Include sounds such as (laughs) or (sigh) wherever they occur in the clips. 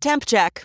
Temp check.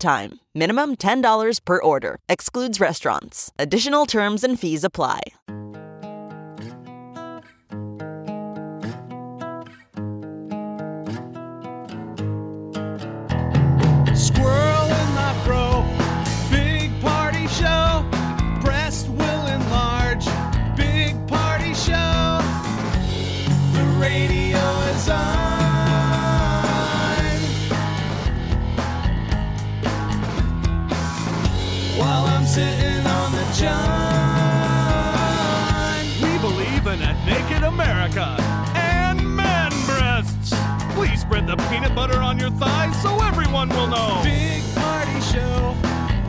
time. Minimum $10 per order. Excludes restaurants. Additional terms and fees apply. Squirrel in my bro, big party show. Breast will enlarge, big party show. The radio is on. While I'm sitting on the john. We believe in a naked America and man breasts. Please spread the peanut butter on your thighs so everyone will know. Big party show.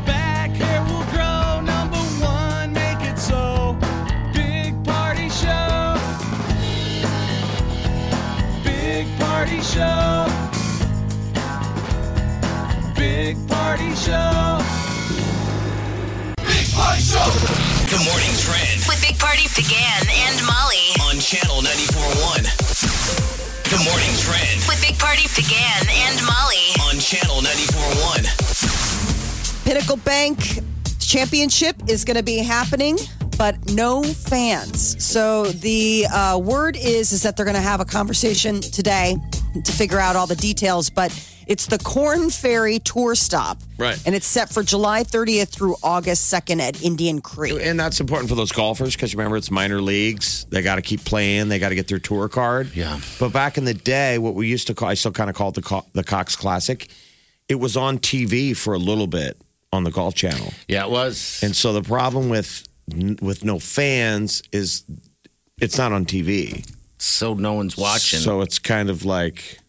Back hair will grow. Number one, make it so. Big party show. Big party show. Big party show. Big party show. The morning trend with Big Party began and Molly on channel 941. The morning trend with Big Party began and Molly on channel 941. Pinnacle Bank Championship is going to be happening, but no fans. So the uh, word is is that they're going to have a conversation today to figure out all the details. But it's the Corn Ferry tour stop, Right. And it's set for July 30th through August 2nd at Indian Creek. And that's important for those golfers because remember, it's minor leagues. They got to keep playing. They got to get their tour card. Yeah. But back in the day, what we used to call, I still kind of call it the, Co- the Cox Classic, it was on TV for a little bit on the Golf Channel. Yeah, it was. And so the problem with with no fans is it's not on TV. so no one's watching. So it's kind of like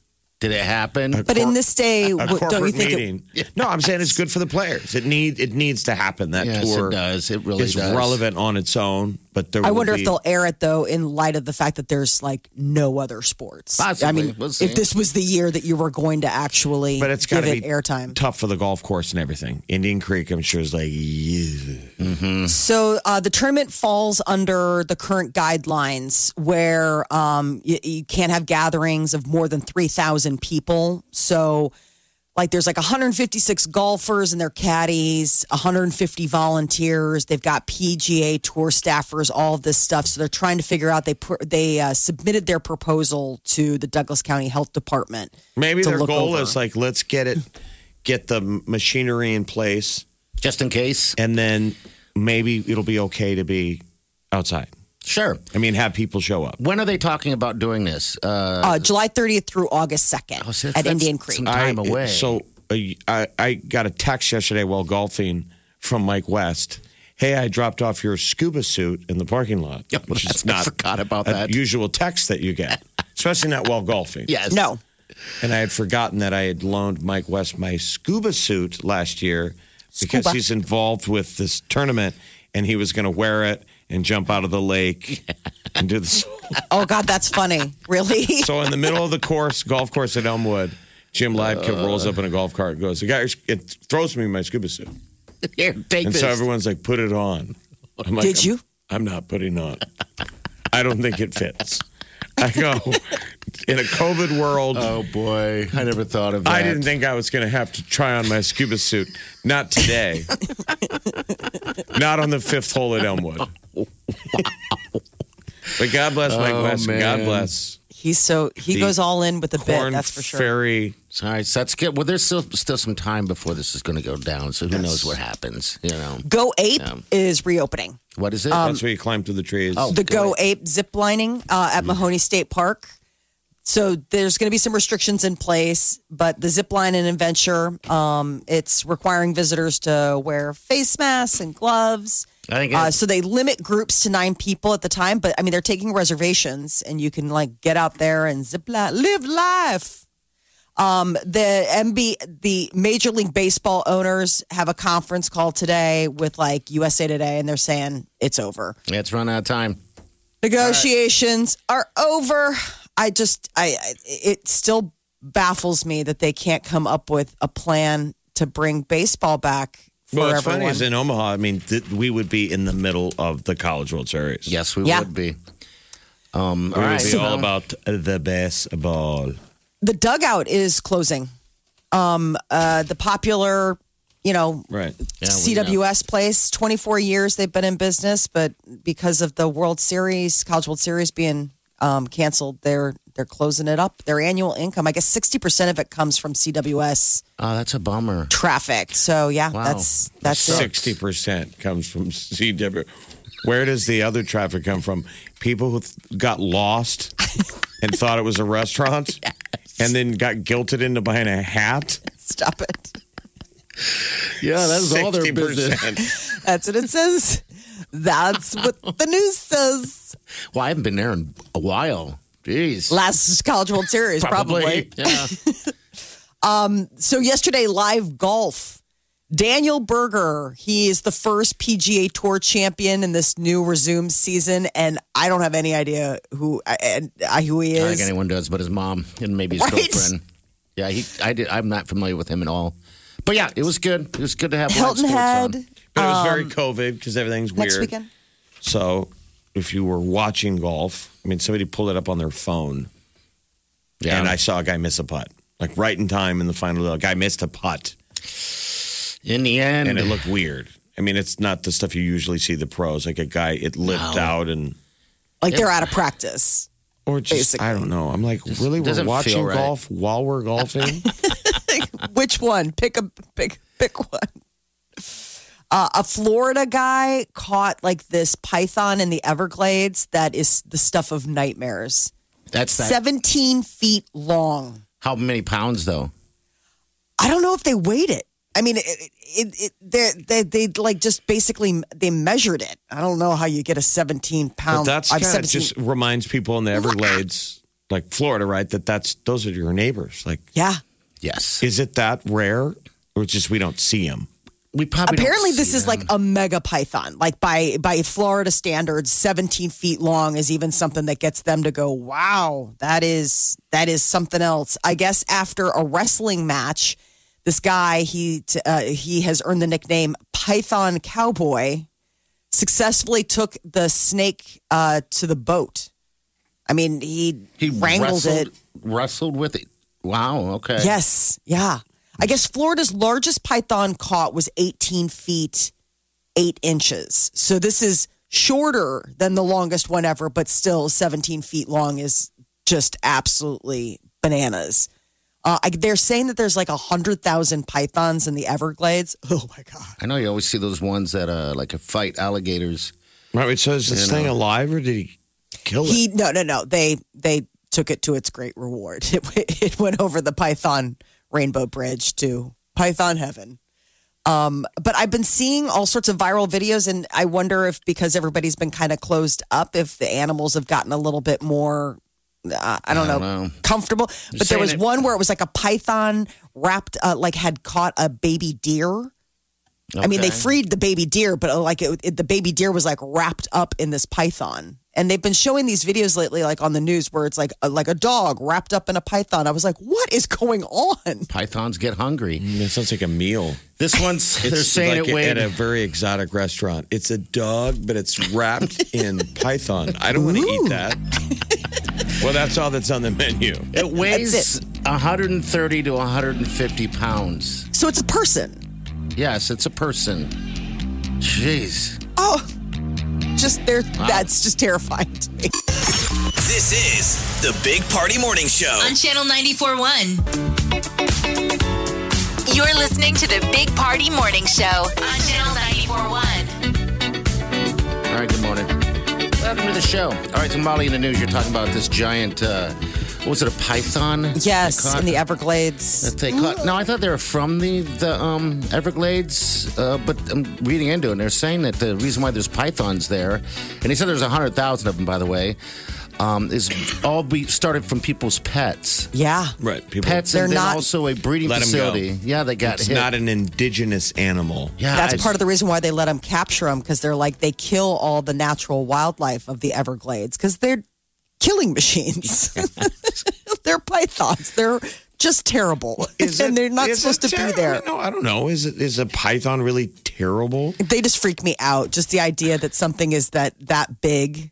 Did it happen? But in this day, a w- corporate don't you think? it- meeting. no, I'm saying it's good for the players. It need it needs to happen. That Yes, tour it does. It really is does. relevant on its own. But there I will wonder be- if they'll air it though, in light of the fact that there's like no other sports. I Possibly. mean, We'll see. if this was the year that you were going to actually But it's got give to be it airtime, tough for the golf course and everything. Indian Creek, I'm sure, is like, yeah. So uh, the tournament falls under the current guidelines where um, you, you can't have gatherings of more than 3,000 people. So, like, there's like 156 golfers and their caddies, 150 volunteers. They've got PGA tour staffers, all of this stuff. So they're trying to figure out. They pr- they uh, submitted their proposal to the Douglas County Health Department. maybe to their look goal over. is like, let's get it, get the machinery in place, Just in case? and then maybe it'll be okay to be outside. Sure. I mean, have people show up. When are they talking about doing this? Uh, uh, July 30th through August 2nd Oh, so that's- at that's Indian Creek. some time I- away. (laughs) So uh, I, I got a text yesterday while golfing from Mike West. Hey, I dropped off your scuba suit in the parking lot, Yeah, which is (laughs) I not uh, forgot about a that. usual text that (laughs) you get, especially not while golfing. yes. no. And I had forgotten that I had loaned Mike West my scuba suit last year because Scuba. he's involved with this tournament and he was going to wear it and jump out of the (laughs) lake and do this. Oh, God, that's funny. (laughs) Really? So in the middle of the course, golf course at Elmwood, Jim Liebke rolls up in a golf cart and goes, the guy it throws me my scuba suit. (laughs) Here, take And this. so everyone's like, put it on. I'm like, Did "I'm- you? I'm not putting on. I don't think it fits. I go, in a COVID world, oh, boy. I never thought of that. I didn't think I was going to have to try on my scuba suit. Not (laughs) today. Not on the fifth hole (laughs) at Elmwood. but God bless Mike Oh, West. God man. bless. He's so he The goes all in with the bit. Corn That's for sure. Ferry. All right, so that's good. Well, there's still still some time before this is going to go down, so who knows what happens? You know, Go Ape is reopening. what is it? Um, That's where you climb through the trees. Um, Oh. The Go Go Ape zip lining uh, at Mahoney State Park. So there's going to be some restrictions in place, but the zip line and adventure, um, it's requiring visitors to wear face masks and gloves. I think Uh, it- so they limit groups to nine people at the time, but I mean they're taking reservations, and you can like get out there and zip li- live life. Um, the MB, the Major League Baseball owners have a conference call today with like USA Today, and they're saying it's over. It's run out of time. Negotiations are over. I just, I, I, it still baffles me that they can't come up with a plan to bring baseball back for Well, it's everyone. funny is in Omaha. I mean, th- we would be in the middle of the College World Series. Yes, we Yeah. would be. Um, all we right. would be all about the baseball. the dugout is closing. Um, uh, the popular, you know, Right. Yeah, we know. CWS place. 24 years they've been in business, but because of the World Series, College World Series being um, canceled, they're they're closing it up. Their annual income, I guess, 60% of it comes from CWS Oh, that's a bummer. traffic. So yeah, Wow. that's that's it. Sixty percent comes from CW. Where does the other traffic come from? People who th- got lost and thought it was a restaurant, and then got guilted into buying a hat. Stop it. Yeah, that's all (laughs) their 60%. business. That's what it says. That's what the news says. Well, I haven't been there in a while. Jeez. Last College World Series, probably. Yeah. so yesterday live golf daniel berger he is the first pga tour champion in this new resumed season and i don't have any idea who I, and- I, who he I don't think is anyone does, but his mom and maybe his Right? girlfriend. Yeah, he. I did. I'm not familiar with him at all. But yeah, it was good. It was good to have live hilton sports head on. (laughs) But it was very COVID because everything's weird. next weekend So if you were watching golf, I mean, somebody pulled it up on their phone, Yeah, and I saw a guy miss a putt, like right in time in the final. A guy missed a putt, in the end, and it looked weird. I mean, it's not the stuff you usually see the pros. Like a guy, it lipped No. out and. like they're out of practice (laughs) Or just Basically. I don't know. I'm like, really, we're doesn't feel watching right. golf while we're golfing. which one pick a pick pick one uh, a florida guy caught like this python in the everglades that is the stuff of nightmares that's that. 17 feet long How many pounds though? I don't know if they weighed it. I mean, it, it, it, they, they they like just basically they measured it. I don't know how you get a seventeen but pound. that's I'm kind 17 of just reminds people in the Everglades, like Florida, right? That that's those are your neighbors. Like, yeah. Yes. is it that rare, or just we don't see them? We probably don't Apparently, see this is them. like a mega python. Like by by Florida standards, seventeen feet long is even something that gets them to go, "Wow, that is that is something else." I guess after a wrestling match, this guy he uh, he has earned the nickname Python Cowboy. Successfully took the snake uh, to the boat. I mean, he he wrangled wrestled, it. Wrestled with it. Wow. Okay. Yes. Yeah. I guess Florida's largest python caught was 18 feet, eight inches. So this is shorter than the longest one ever, but still 17 feet long is just absolutely bananas. Uh, I, they're saying that there's like 100,000 pythons in the Everglades. (laughs) Oh my God. I know you always see those ones that uh like a fight alligators. Right. So is this thing alive, or did he kill it? He, no, no, no. They, they took it to its great reward. (laughs) It, w- it went over the Python Rainbow Bridge to Python Heaven. Um, but I've been seeing all sorts of viral videos, and I wonder if because everybody's been kind of closed up, if the animals have gotten a little bit more. Uh, I don't, I don't know, know. comfortable. but there saying was it- one where it was like a python wrapped, uh, like had caught a baby deer. I mean, they Okay. freed the baby deer, but uh, like it, it, the baby deer was like wrapped up in this python. And they've been showing these videos lately, like on the news, where it's like a, like a dog wrapped up in a python. I was like, what is going on? Pythons get hungry. That sounds like a meal. This one's they're (laughs) It's saying like it weighed at a very exotic restaurant. It's a dog, but it's wrapped (laughs) in python. I don't want to eat that. well, that's all that's on the menu. it weighs 130 to 150 pounds. So it's a person. Yes, it's a person. Jeez. Oh, just there. That's just terrifying to me. This is the Big Party Morning Show. on Channel 94.1. You're listening to the Big Party Morning Show on Channel 94.1. All right, good morning. Welcome to the show. All right, so Molly, in the news, you're talking about this giant, uh, what was it, a python? They Yes, caught- in the Everglades. that they caught. No, I thought they were from the, the um, Everglades, uh, but I'm reading into it, and they're saying that the reason why there's pythons there, and he said there's 100,000 of them, by the way, um, is all be started from people's pets. Yeah. Right. People Pets They're and then not- also a breeding let 'em go. facility. Yeah, they got It's hit. not an indigenous animal. yeah, That's part of the reason why they let them capture them because they're like they kill all the natural wildlife of the Everglades because they're killing machines. (laughs) they're pythons. They're just terrible, (laughs) (laughs) and they're not (laughs) is supposed to it be terrible? there. No, I don't know. Is it is a python really terrible? They just freak me out. Just the idea that something is that that big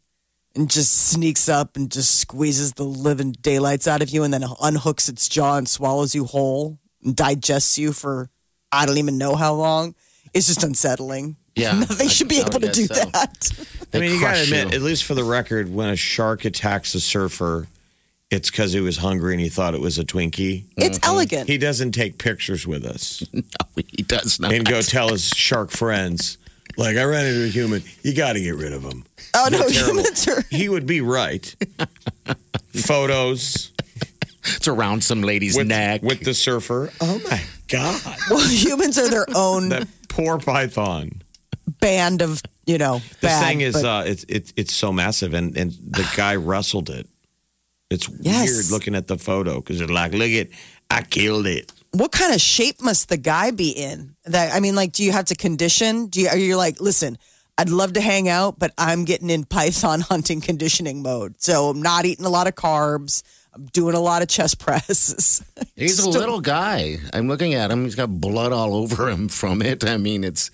and just sneaks up and just squeezes the living daylights out of you, and then unhooks its jaw and swallows you whole, and digests you for I don't even know how long. It's just unsettling. (laughs) Yeah, They I- should be I would able to do guess so. Mm-hmm. that. They I mean, you got to crush admit, you. at least for the record, when a shark attacks a surfer, it's because he was hungry and he thought it was a Twinkie. It's elegant. He doesn't take pictures with us (laughs) he does not. and go tell his shark friends, like, I ran into a human. You got to get rid of him. oh no, terrible. humans are. He would be right. Photos it's around some lady's with, neck. with the surfer. Oh my God. Well, humans are (laughs) their own That poor python. band of you know. This bad, thing is but- uh, it's it's it's so massive, and and the guy wrestled it. It's Yes. weird looking at the photo because they're like, look at, I killed it. what kind of shape must the guy be in? That I mean, like, do you have to condition? Do you are you like, listen, I'd love to hang out, but I'm getting in Python (laughs) hunting conditioning mode, so I'm not eating a lot of carbs. I'm doing a lot of chest presses. (laughs) He's a Still- little guy. I'm looking at him. He's got blood all (laughs) over him from it. I mean, it's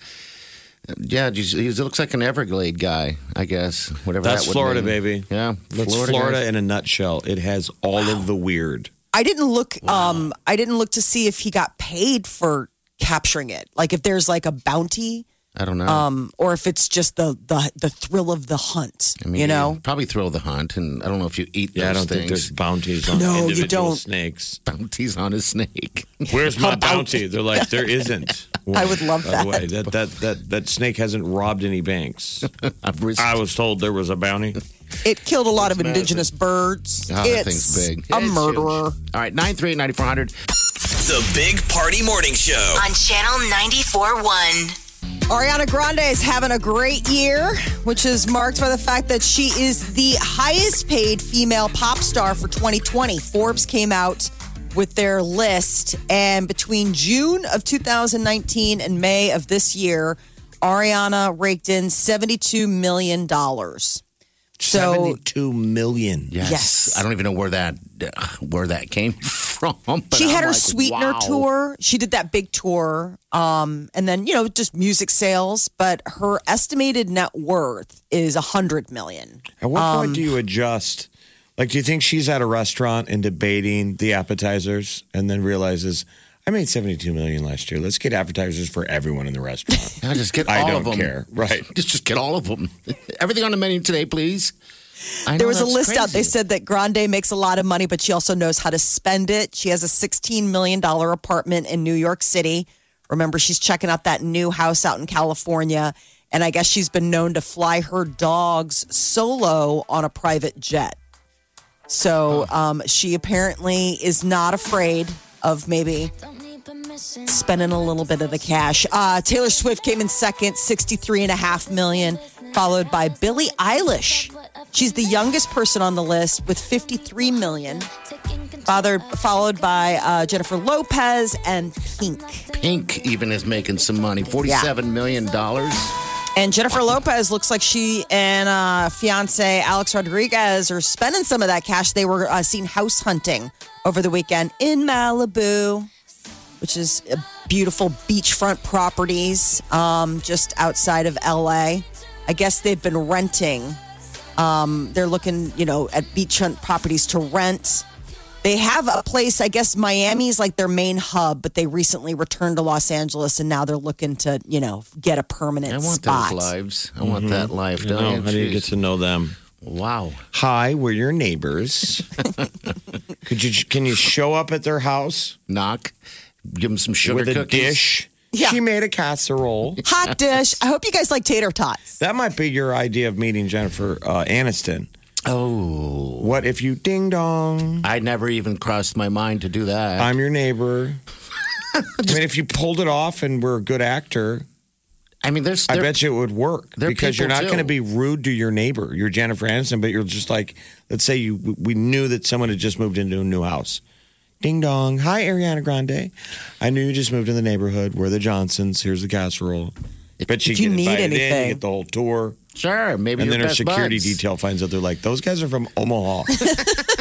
yeah. he's- He looks like an Everglade guy, I guess. Whatever. That's that would Florida, mean. baby. Yeah, That's Florida, guys. in a nutshell. It has all of the weird. I didn't look. Um, I didn't look to see if he got paid for capturing it. Like, if there's like a bounty. I don't know. um, or if it's just the the the thrill of the hunt. I mean, you know, probably throw the hunt, and I don't know if you eat Yeah, I those don't think things. there's bounties on No, you individual don't. snakes. bounties on a snake. (laughs) Where's my bounty? They're like, (laughs) there isn't. I would love By the way, that, that that that snake hasn't robbed any (laughs) banks. I've risked. I was told there was a (laughs) bounty. it killed a lot of indigenous birds. Ah, that it's thing's big. a It's huge. murderer. All right, nine three eight ninety four hundred. The Big Party Morning Show. On Channel 94.1. Ariana Grande is having a great year, which is marked by the fact that she is the highest paid female pop star for 2020. Forbes came out with their list, and between June of 2019 and May of this year, Ariana raked in $72 million. So Seventy-two million. Yes. Yes. I don't even know where that where that came (laughs) from. but she had I'm her like, sweetener wow. tour. She did that big tour, um, and then you know just music sales. But her estimated net worth is a hundred million. At what point do you adjust? Like, do you think she's at a restaurant and debating the appetizers, and then realizes I made seventy-two million last year. Let's get appetizers for everyone in the (laughs) restaurant. I just get all I of don't them. care. Right. (laughs) Just just get all of them. (laughs) Everything on the menu today, please. I know There was a that's list out. They crazy. said that Grande makes a lot of money, but she also knows how to spend it. She has a sixteen million dollar apartment in New York City. Remember, she's checking out that new house out in California, and I guess she's been known to fly her dogs solo on a private jet. So um, she apparently is not afraid of maybe spending a little bit of the cash. Uh, Taylor Swift came in second, sixty-three and a half million, followed by Billie Eilish. She's the youngest person on the list with 53 million, Father, followed by uh, Jennifer Lopez and Pink. Pink even is making some money. Forty-seven million dollars. And Jennifer Lopez looks like she and uh, fiance Alex Rodriguez are spending some of that cash. They were uh, seen house hunting over the weekend in Malibu, which is a beautiful beachfront properties um, just outside of LA. I guess they've been renting. Um, they're looking, you know, at beachfront properties to rent. They have a place, I guess Miami's like their main hub, but they recently returned to Los Angeles and now they're looking to, you know, get a permanent I want spot. those lives. I want that life. You Don't Mm-hmm. know, you? how do you get Jeez. to know them? wow. Hi, we're your (laughs) neighbors. Could you can you show up at their house Knock. Give them some sugar with a cookies. dish? Yeah. She made a casserole. hot (laughs) dish. I hope you guys like tater tots. That might be your idea of meeting Jennifer uh, Aniston. Oh, What if you ding dong? I never even crossed my mind to do that. I'm your neighbor. I mean, if you pulled it off and were a good actor, I mean, there's. I there- bet you it would work they're because you're people, not too. going to be rude to your neighbor, your Jennifer Aniston, but you're just like, let's say you we knew that someone had just moved into a new house. Ding dong. Hi, Ariana Grande. I knew you just moved in the neighborhood. We're the Johnsons. Here's the casserole. But you, If you get need invited in, anything. you get the whole tour. Sure, maybe and your then our best security buds. detail finds out they're like, those guys are from (laughs) Omaha.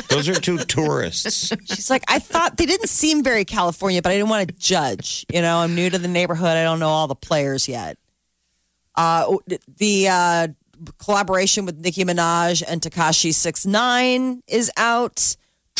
those are two tourists. She's like, I thought they didn't seem very California, but I didn't want to judge. You know, I'm new to the neighborhood. I don't know all the players yet. Uh, the uh, collaboration with Nicki Minaj and Takashi Six Nine is out.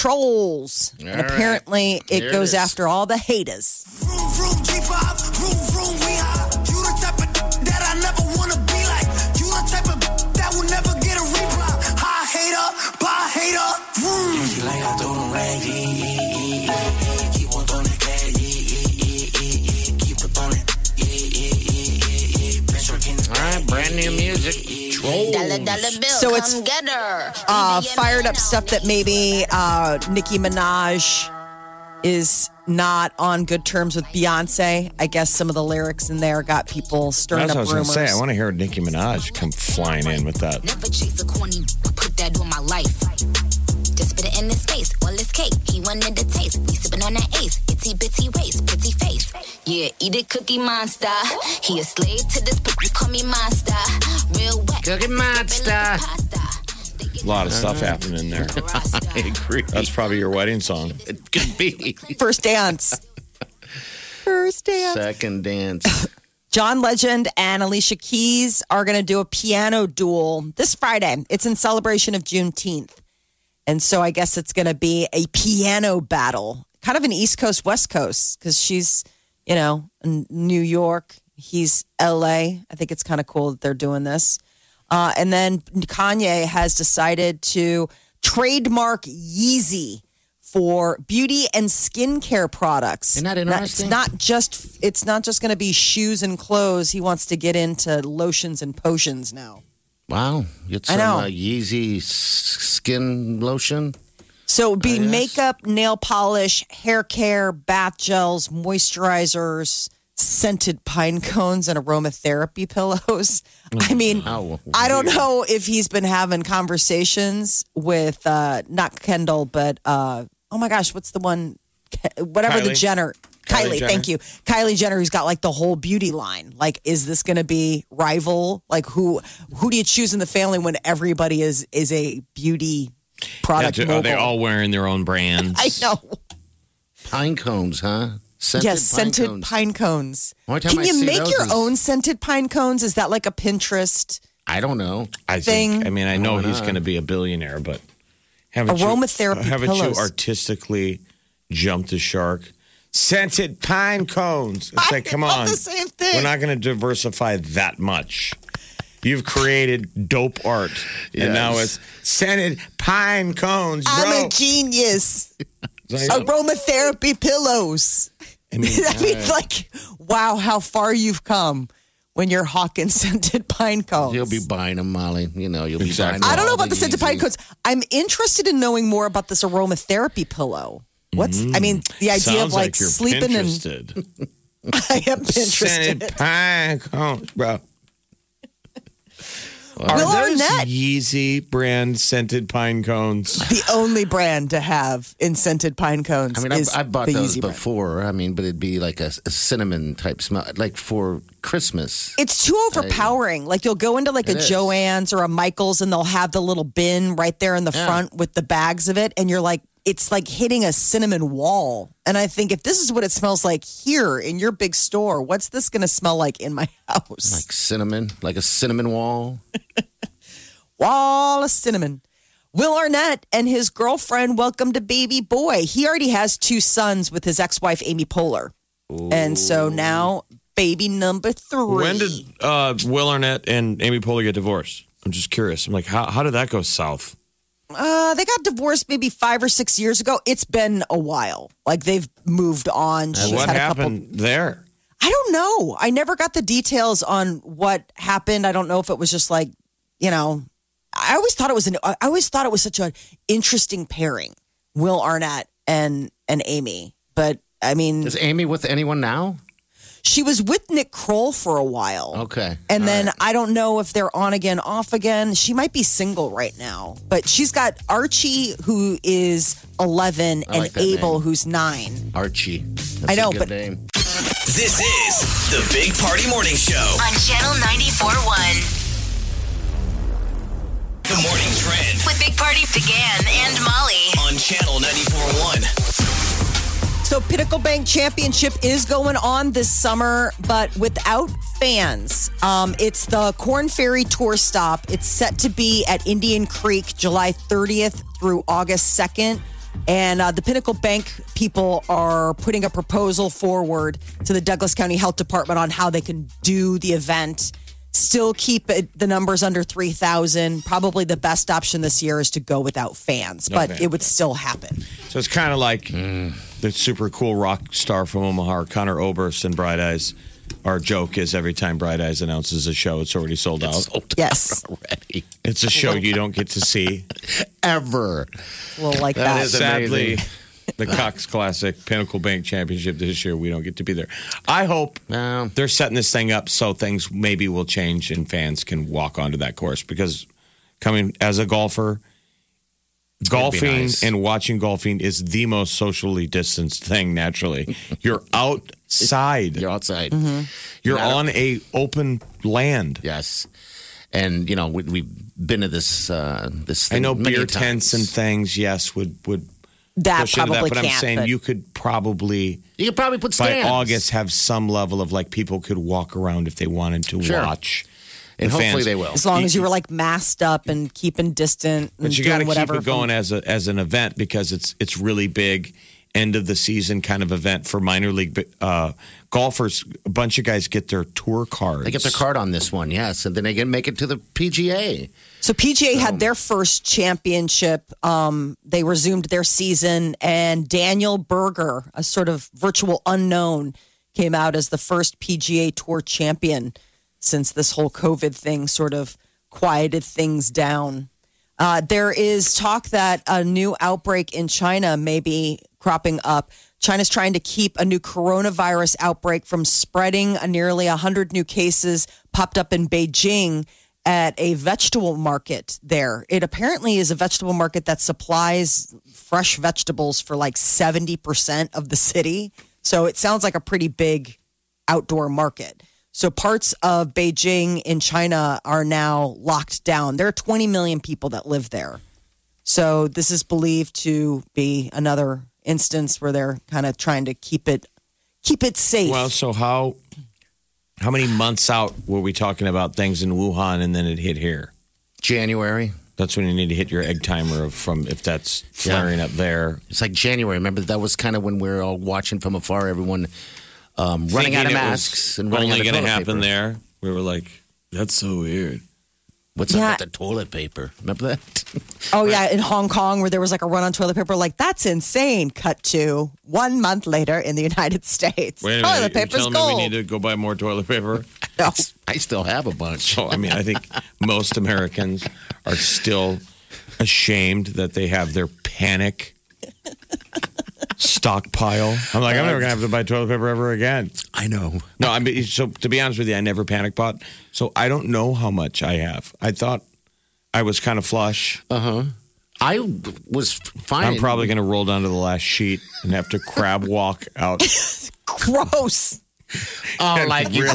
Trolls, and All right. apparently it Here it goes is. after all the haters. Vroom, vroom, G5, vroom, vroom, we high. You the type of that I never wanna be like. You the type of that will never get a reply. High hater, bye hater, vroom. like I told him, like, ee, ee, ee, ee. Keep on throwing that gas, ee, ee, ee, ee, ee. Keep on throwing that, ee, ee, ee, ee, ee. Bitch, we're getting- All right, brand new music. Troll. Dollar, dollar bill, So come it's, get her. Uh, Leave it fired alone. up stuff that maybe uh, Nicki Minaj is not on good terms with Beyonce. I guess some of the lyrics in there got people stirring That's up what I was rumors. going to say. I want to hear Nicki Minaj come flying in with that. Never chase a corny, I put that on my life. Just put it in his face, all his cake. He wanted the taste. We sipping on that ace, itty bitty waist, pretty face. Yeah, eat it, cookie monster. He a slave to this, but you call me monster. Real wet, Cookie monster. A lot of stuff happening there. (laughs) I agree. That's probably your wedding song. It could be. (laughs) First (laughs) dance. First dance. Second dance. John Legend and Alicia Keys are going to do a piano duel this Friday. It's in celebration of Juneteenth. And so I guess it's going to be a piano battle, kind of an East Coast, West Coast, because she's, you know, in New York. He's LA. I think it's kind of cool that they're doing this. Uh, and then Kanye has decided to trademark Yeezy for beauty and skincare products. Isn't that Not- interesting? It's not just it's not just going to be shoes and clothes. He wants to get into lotions and potions now. Wow. Get I some know. Uh, Yeezy s- skin lotion. So it would Oh, be yes. makeup, nail polish, hair care, bath gels, moisturizers, scented pine cones, and aromatherapy (laughs) pillows. Oh, I mean, How I don't know if he's been having conversations with uh, not Kendall, but uh, oh my gosh, what's the one? Ke- Whatever the Kylie? Jenner. Kylie, Kylie thank you. Jenner. Kylie Jenner, who's got like the whole beauty line. Like, is this going to be rival? Like, who who do you choose in the family when everybody is is a beauty product? Are they mogul? all wearing their own (laughs) brands? I know. Pine cones, huh? Scented yes, pine scented cones. pine cones. Only time Can I you see make those your is- own scented pine cones? Is that like a Pinterest I don't know. I thing. think. I mean, I know Why he's not? going to be a billionaire, but haven't Aromatherapy you, haven't pillows. you artistically jumped the shark? Scented pine cones. It's like, come on, thought the same thing. we're not going to diversify that much. You've created dope art, and now it's Yes. scented pine cones, bro. I'm a genius. Aromatherapy pillows. I (laughs) mean, like, wow, how far you've come when you're hawking (laughs) scented pine cones. You'll be buying them, Molly. You know, you'll Exactly. be buying 'em Oh. I don't know all about the scented pine Yeezys. cones. I'm interested in knowing more about this aromatherapy pillow. What's, Mm-hmm. I mean, the idea Sounds of like, you're sleeping and Pinterested. (laughs) I am interested. Scented pine cones, bro. Will Are those Arnett, Yeezy brand scented pine cones? the only brand to have in scented pine cones, I mean, is I've, I've bought the those Yeezy brand. before. I mean, but it'd be like a, a cinnamon type smell, like for Christmas. It's too overpowering. Like you'll go into like a It is. Joann's or a Michael's and they'll have the little bin right there in the Yeah. front with the bags of it and you're like it's like hitting a cinnamon wall. And I think if this is what it smells like here in your big store, what's this going to smell like in my (laughs) house? Like cinnamon, like a cinnamon wall. Wall of cinnamon. Will Arnett and his girlfriend welcomed a baby boy. He already has two sons with his ex-wife Amy Poehler. And so now baby number 3. When did uh, Will Arnett and Amy Poehler get divorced? I'm just curious. I'm like, how, how did that go south? Uh, they got divorced maybe five or six years ago. It's been a while. Like they've moved on. She's what had a happened couple. there? I don't know. I never got the details on what happened. I don't know if it was just like, you know, I always thought it was an. I always thought it was such an interesting pairing, Will Arnett and and Amy. But I mean, Is Amy with anyone now? She was with Nick Kroll for a while. Okay. And then I don't know if they're on again, off again. She might be single right now, but she's got Archie, who is 11, I and like that Abel, name. who's nine. Archie. That's I know, a good but- name. (laughs) This is the Big Party Morning Show. on Channel 94.1 The morning trend with Big Party began and Molly. on Channel 94.1. So, Pinnacle Bank Championship is going on this summer, but without fans. Um, it's the Corn Ferry Tour stop. It's set to be at Indian Creek July 30th through August 2nd. And uh, the Pinnacle Bank people are putting a proposal forward to the Douglas County Health Department on how they can do the event. Still keep it, the numbers under 3,000. Probably the best option this year is to go without fans, but fans. it would still happen. So it's kind of like the super cool rock star from Omaha, Connor Oberst and Bright Eyes. Our joke is every time Bright Eyes announces a show, it's already sold out. Yes, Already. It's a show you don't get to see. Ever. well, like That that. is a- Sadly, amazing. the Cox Classic Pinnacle Bank Championship this year, we don't get to be there. I hope No. they're setting this thing up so things maybe will change and fans can walk onto that course because coming as a golfer, golfing nice. and watching golfing is the most socially distanced thing naturally. (laughs) You're outside. You're outside. Mm-hmm. You're Not a- on a open land. Yes. And you know we, we've been to this uh, this. I know thing many beer times. tents and things, yes, would would that push into probably that, but I'm can't. saying but- you could probably You could probably put by stands August have some level of like people could walk around if they wanted to Sure. watch. and the hopefully fans. they will. as long as you were like masked up and keeping distant. And But you got to doing keep whatever it going as a as an event because it's it's really big end of the season kind of event for minor league uh, golfers. A bunch of guys get their tour cards. They get their card on this one, yes, and then they can make it to the PGA. So PGA Um, had their first championship. Um, they resumed their season, and Daniel Berger, a sort of virtual unknown, came out as the first PGA Tour champion since this whole COVID thing sort of quieted things down. Uh, there is talk that a new outbreak in China may be cropping up. China's trying to keep a new coronavirus outbreak from spreading. Uh, nearly 100 new cases popped up in Beijing at a vegetable market there. It apparently is a vegetable market that supplies fresh vegetables for like 70% of the city. So it sounds like a pretty big outdoor market. So parts of Beijing in China are now locked down. There are 20 million people that live there. So this is believed to be another instance where they're kind of trying to keep it keep it safe. Well, so how how many months out were we talking about things in Wuhan and then it hit here? January. That's when you need to hit your egg timer of from if that's Yeah. flaring up there. It's like January. Remember that was kind of when we were all watching from afar. Everyone um, running out of Thinking it masks was and running only out of gonna toilet paper. happen there. We were like, that's so weird. What's Yeah. up with the toilet paper? Remember that? (laughs) Oh yeah, in Hong Kong where there was like a run on toilet paper, like that's insane. Cut to one month later in the United (laughs) States, Wait a toilet minute, you're paper's telling gold. me we need to go buy more toilet paper? (laughs) No. I still have a bunch. So, I mean, I think most Americans are still ashamed that they have their panic stockpile. I'm like, I'm never gonna have to buy toilet paper ever again. I know. No, I mean, so to be honest with you, I never panic bought, so I don't know how much I have. I thought I was kind of flush. I was fine. I'm probably going to roll down to the last sheet and have to crab walk out. (laughs) Gross. oh, like you've realize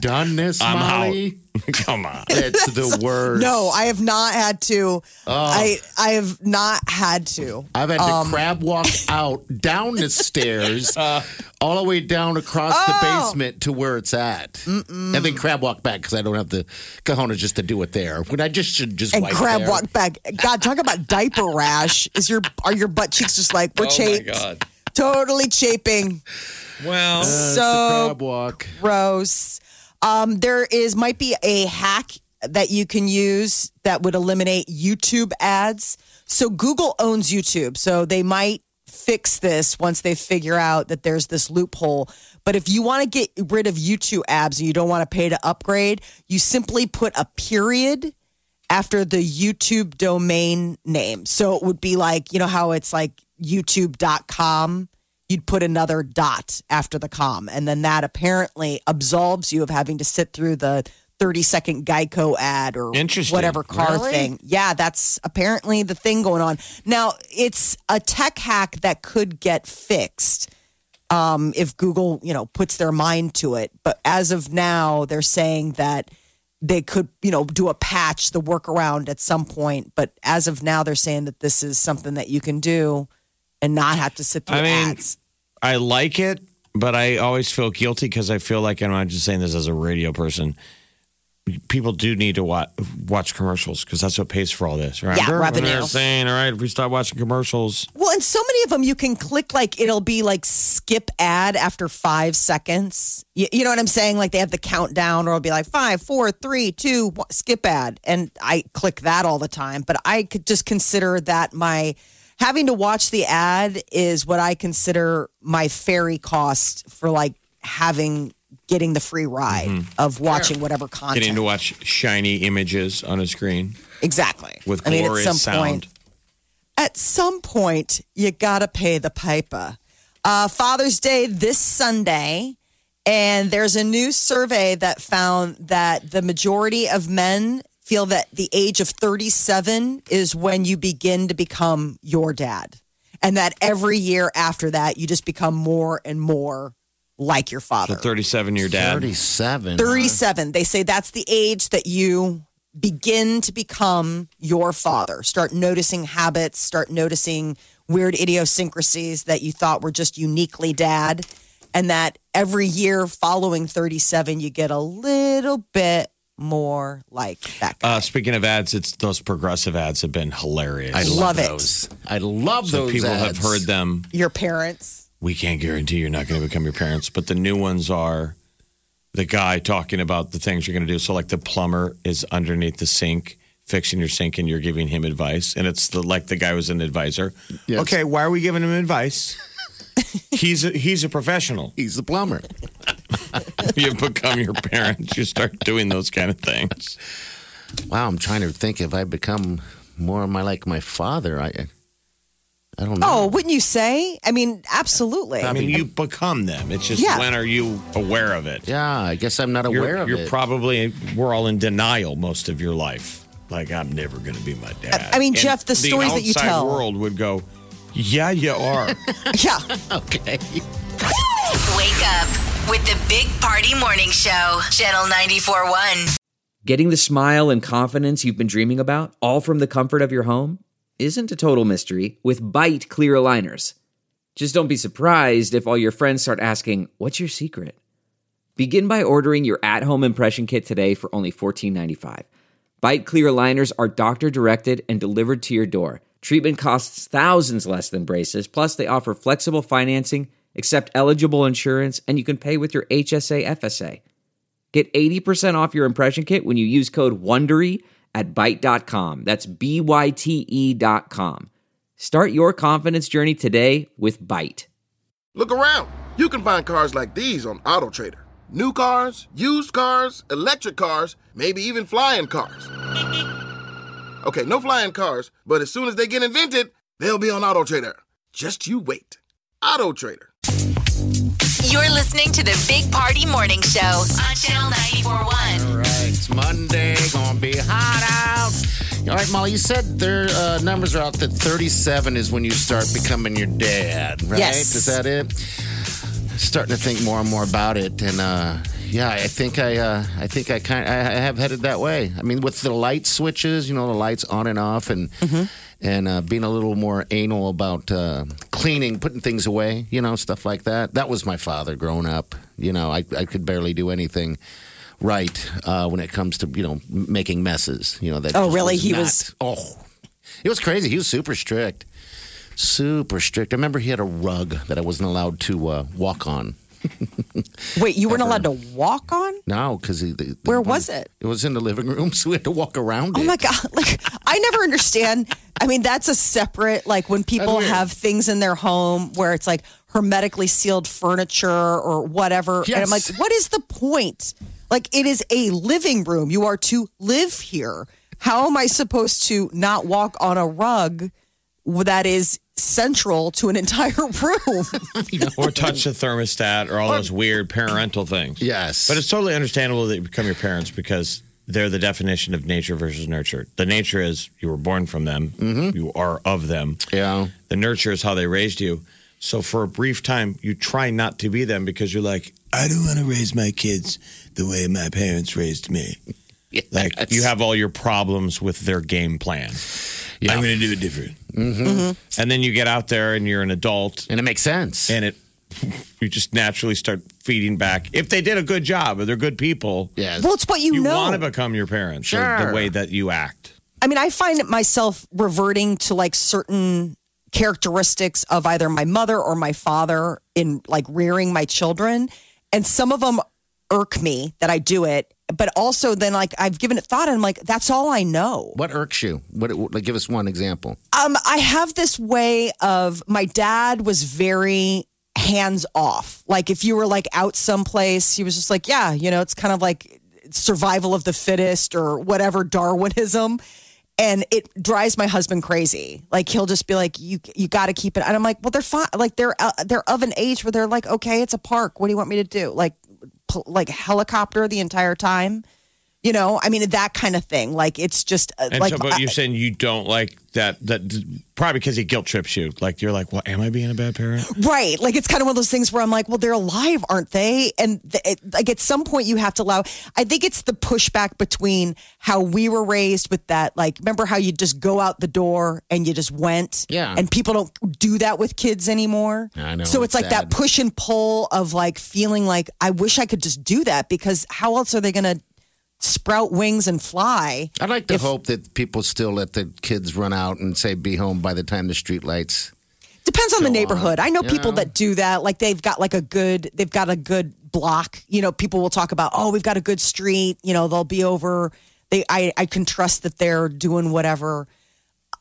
never done this, I'm Molly. out. Come on. It's the worst. (laughs) No, I have not had to. Oh. I I have not had to. I've had Um, to (laughs) crab walk out down the stairs, Uh. all the way down across Oh. the basement to where it's at, and then crab walk back because I don't have the cojones just to do it there. When I just should just and wipe crab there. Uh, walk back. God, talk about diaper rash. Is your are your butt cheeks just like we're chafed? Totally chafing. Well, Uh, That's the so crab walk. gross. Um, there is might be a hack that you can use that would eliminate YouTube ads. So Google owns YouTube, so they might fix this once they figure out that there's this loophole. But if you want to get rid of YouTube ads and you don't want to pay to upgrade, you simply put a period after the YouTube domain name. So it would be like, you know how it's like youtube.com. you'd put another dot after the com. And then that apparently absolves you of having to sit through the 30 second Geico ad or Interesting. whatever car thing. Yeah, that's apparently the thing going on. Now, it's a tech hack that could get fixed um, if Google, you know, puts their mind to it. But as of now, they're saying that they could, you know, do a patch, the workaround at some point. But as of now, they're saying that this is something that you can do and not have to sit through I mean, ads. I like it, but I always feel guilty because I feel like, and I'm just saying this as a radio person, people do need to watch, watch commercials because that's what pays for all this, right? Yeah, They're- They're revenue. saying, all right, if we stop watching commercials, Well, and so many of them you can click like it'll be like skip ad after five seconds. You, you know what I'm saying? Like they have the countdown, or it'll be like five, four, three, two, one, skip ad, and I click that all the time. But I could just consider that my having to watch the ad is what I consider my ferry cost for like having getting the free ride of watching whatever content. Mm-hmm. getting to watch shiny images on a screen exactly with I mean, glorious at some sound. point at some point, you gotta pay the piper. Uh, Father's Day this Sunday, and there's a new survey that found that the majority of men feel that the age of 37 is when you begin to become your dad, and that every year after that, you just become more and more like your father. The 37 year dad. 37. 37. They say that's the age that you begin to become your father. Start noticing habits, start noticing weird idiosyncrasies that you thought were just uniquely dad. And that every year following 37, you get a little bit more like that guy. Uh, speaking of ads, it's those progressive ads have been hilarious. I Love love, it. those. I love So those. people have ads. heard them. your parents. we can't guarantee you're not going to become your parents, but the new ones are the guy talking about the things you're going to do. So, like the plumber is underneath the sink fixing your sink, and you're giving him advice, and it's the, like the guy was an advisor. Yes. Okay, why are we giving him advice? he's a, he's a professional. He's the plumber. You become your parents. You start doing those kind of things. Wow, I'm trying to think if I become more my, like my father. I I don't know. Oh, wouldn't you say? I mean, absolutely. I mean, you become them. It's just Yeah. when are you aware of it? Yeah, I guess I'm not You're, aware of you're it. probably we're all in denial most of your life. Like I'm never going to be my dad. I mean, And Jeff, the stories that you outside tell- world would go, yeah, you (laughs) are. yeah. okay. Wake up with the Big Party Morning Show, Channel 94.1. Getting the smile and confidence you've been dreaming about, all from the comfort of your home, isn't a total mystery with bite clear aligners. Just don't be surprised if all your friends start asking, What's your secret? Begin by ordering your at home impression kit today for only $14.95. Bite clear aligners are doctor directed and delivered to your door. Treatment costs thousands less than braces, plus, they offer flexible financing, accept eligible insurance, and you can pay with your HSA FSA. Get 80% off your impression kit when you use code WONDERY at Byte.com. That's B-Y-T-E dot com. Start your confidence journey today with Byte. Look around. You can find cars like these on AutoTrader. New cars, used cars, electric cars, maybe even flying cars. Okay, no flying cars, but as soon as they get invented, they'll be on AutoTrader. Just you wait. AutoTrader. You're listening to the Big Party Morning Show on Channel 94.1. All right. It's Monday. Gonna be hot out. All right, Molly. You said their uh, numbers are out that 37 is when you start becoming your dad, right? Yes. Is that it? Starting to think more and more about it, and uh, yeah, I think I, uh, I think I kind, I, I have headed that way. I mean, with the light switches, you know, the lights on and off, and Mm-hmm. and uh, being a little more anal about uh, cleaning, putting things away, you know, stuff like that. That was my father growing up. You know, I I could barely do anything right uh, when it comes to you know m- making messes. You know that. Oh, just really? He not- was- Oh, it was crazy. He was super strict, super strict. I remember he had a rug that I wasn't allowed to uh, walk on. Wait, you weren't allowed to walk on? No, because he. The, the Where was it? It was in the living room, (laughs) so we had to walk around Oh it. my god! (laughs) Like I never understand. I mean, that's a separate like when people That's weird. have things in their home where it's like hermetically sealed furniture or whatever, and I'm like, Yes. what is the point? Like it is a living room. You are to live here. How am I supposed to not walk on a rug that is central to an entire (laughs) room. or touch the thermostat or all those weird parental things. Yes. But it's totally understandable that you become your parents because they're the definition of nature versus nurture. The nature is you were born from them, Mm-hmm. you are of them. Yeah. The nurture is how they raised you. So for a brief time, you try not to be them because you're like, I don't want to raise my kids the way my parents raised me. Like you have all your problems with their game plan. I'm going to do it different. Mm-hmm. And then you get out there and you're an adult And it makes sense. and it you just naturally start feeding back. If they did a good job, if they're good people, yes. well, it's what you, you know. want to become your parents. or Sure. The way that you act. I mean, I find myself reverting to like certain characteristics of either my mother or my father in like rearing my children. And some of them irk me that I do it. But also, then like I've given it thought and I'm like, that's all I know. what irks you? What? Like, give us one example. Um, I have this way of my dad was very hands off. Like if you were like out someplace, he was just like, yeah, you know, it's kind of like survival of the fittest or whatever Darwinism. And it drives my husband crazy. Like he'll just be like, "You you got to keep it." And I'm like, "Well, they're fine. Like they're uh, they're of an age where they're like, okay, it's a park. What do you want me to do? Like, pl- like helicopter the entire time? You know? I mean, that kind of thing. Like it's just uh, And like so, but I- you're saying you don't like that. That probably because he guilt trips you. Like you're like, well, am I being a bad parent? Right. Like it's kind of one of those things where I'm like, well, they're alive, aren't they? And th- it, like at some point you have to allow, I think it's the pushback between how we were raised with that. Like, remember how you just go out the door and you just went? Yeah. And people don't do that with kids anymore. I know, So it's, it's like that sad. push and pull of like feeling like, I wish I could just do that because how else are they going to sprout wings and fly? I'd like to hope that people still let the kids run out and say, "Be home by the time the street lights." depends on the neighborhood. I know You people know? that do that. Like they've got like a good, they've got a good block. You know, people will talk about, oh, we've got a good street. You know, they'll be over. They, I, I can trust that they're doing whatever.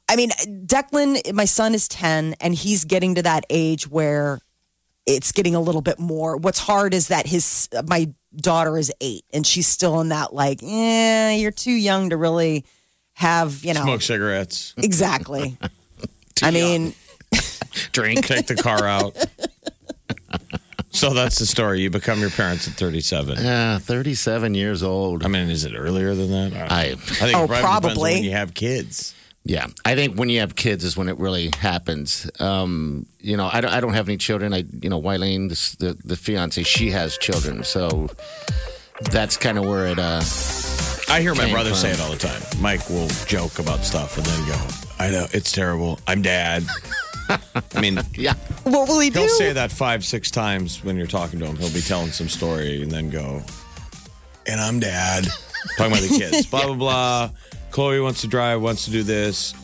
I mean, Declan, my son is ten, and he's getting to that age where it's getting a little bit more. What's hard is that his my daughter is eight, and she's still in that like, eh, you're too young to really have, you know, Smoke cigarettes, (laughs) exactly. I mean. Drink. take the car (laughs) out. so that's the story. You become your parents at 37. Yeah, Uh, thirty-seven years old. I mean, is it earlier than that? I I think Oh, it probably, depends on probably. when you have kids. yeah, I think when you have kids is when it really happens. Um, you know, I don't, I don't have any children. I you know, Wylene, this, the the fiance, she has children, so that's kind of where it. Uh, I hear my came brother from. say it all the time. Mike will joke about stuff and then go, I know, it's terrible. I'm dad. (laughs) I mean, yeah, What will he do? he'll say that five, six times when you're talking to him. He'll be telling some story and then go, and (laughs) I'm dad. Talking about the kids. Blah, blah, blah. Chloe wants to drive, wants to do this.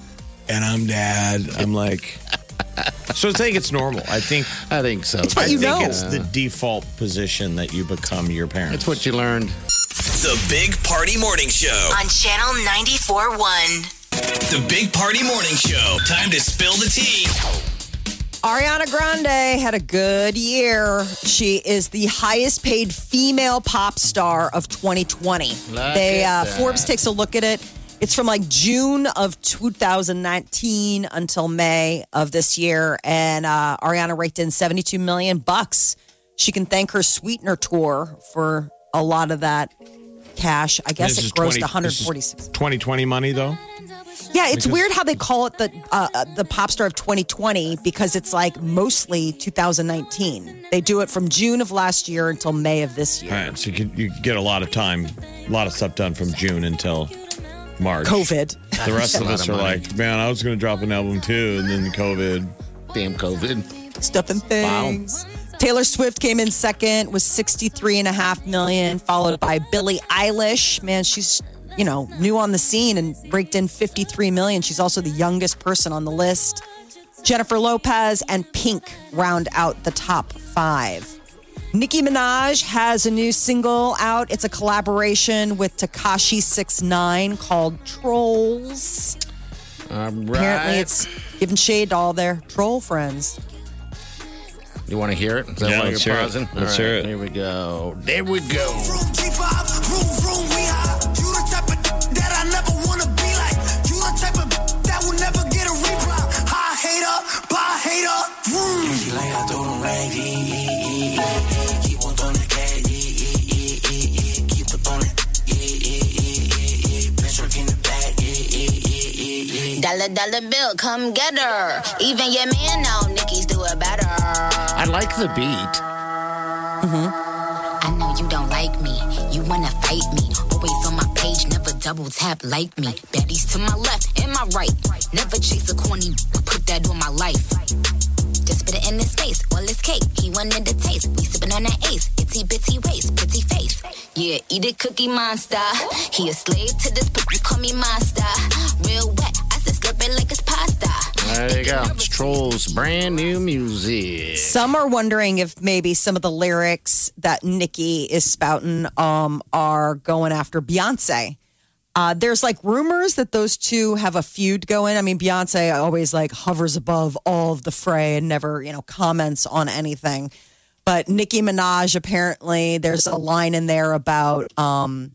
And I'm dad. I'm like, so I think it's normal. I think, I think so. what I you think know. it's the default position that you become your parents. That's what you learned. The Big Party Morning Show. on Channel 94.1. The Big Party Morning Show. Time to spill the tea. Ariana Grande had a good year. She is the highest paid female pop star of 2020. Look they at uh, that. Forbes takes a look at it. It's from like June of 2019 until May of this year, and uh, Ariana raked in 72 million bucks. She can thank her Sweetener tour for a lot of that cash. I guess it This is grossed 20 this is 146. 2020 money, though? Yeah, it's weird how they call it the uh, uh, the pop star of 2020 because it's like mostly 2019. They do it from June of last year until May of this year. All right, so you could, you could get a lot of time, a lot of stuff done from June until March. COVID. The rest of us of are money. like, man, I was going to drop an album too, and then COVID. Damn COVID. stuff and things. Taylor Swift came in second with 63 and a half million, followed by Billie Eilish. Man, she's, you know, new on the scene and raked in 53 million. She's also the youngest person on the list. Jennifer Lopez and Pink round out the top five. Nicki Minaj has a new single out. It's a collaboration with Takashi 69 called Trolls. All right. Apparently, it's giving shade to all their troll friends. You want to hear it? Is that Yeah, why let's you're hear it. pausing? Let's All hear right, it. Here we go. There we go. Vroom, G5, vroom, vroom, we high. You the type of that I never wanna be like. You the type of that will never get a reply. High hater, by Dollar, dollar bill, come get her. Even your man know Nicki's do it better. I like the beat. I know you don't like me. You wanna fight me. Always on my page, never double tap like me. Baddies to my left and my right. Never chase a corny. Put that on my life. Just put it in his face. Well, it's cake. He wanted the taste. We sippin' on that ace. Itsy bitsy waist, pretty face. Yeah, eat it, cookie monster. He a slave to this, but you call me monster. Real wet. I said slurp it like it's pasta. There you go. It's Trolls brand new music. Some are wondering if maybe some of the lyrics that Nikki is spouting um, are going after Beyonce. Uh, there's like rumors that those two have a feud going. I mean, Beyonce always like hovers above all of the fray and never, you know, comments on anything. But Nicki Minaj apparently there's a line in there about um,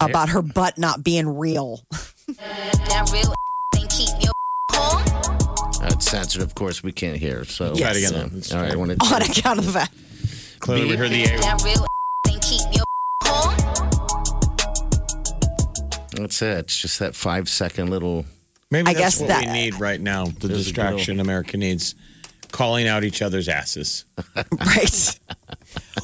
about her butt not being real. (laughs) That real ain't keep your home. That's censored, of course. We can't hear. So Try it again, though. Yeah. All right, I want on to. account of the fact. Clearly, we heard the A. That real ain't keep your home. That's it. It's just that five second little. Maybe I that's guess what that- we need right now. The There's a good distraction America needs. Calling out each other's asses. (laughs) Right.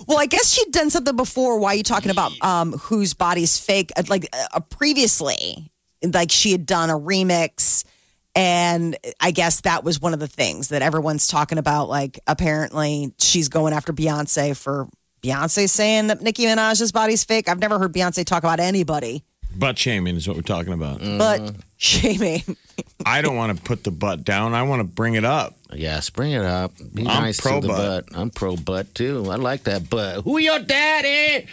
well, I guess she'd done something before. Why are you talking about um, whose body's fake? Uh, Like uh, previously, like she had done a remix. And I guess that was one of the things that everyone's talking about. Like, apparently, she's going after Beyonce for Beyonce saying that Nicki Minaj's body's fake. I've never heard Beyonce talk about anybody, Butt shaming is what we're talking about. (laughs) but shaming. I don't want to put the butt down. I want to bring it up. Yes, bring it up. Be I'm nice to pro the butt. butt. I'm pro butt too. I like that butt. Who your daddy?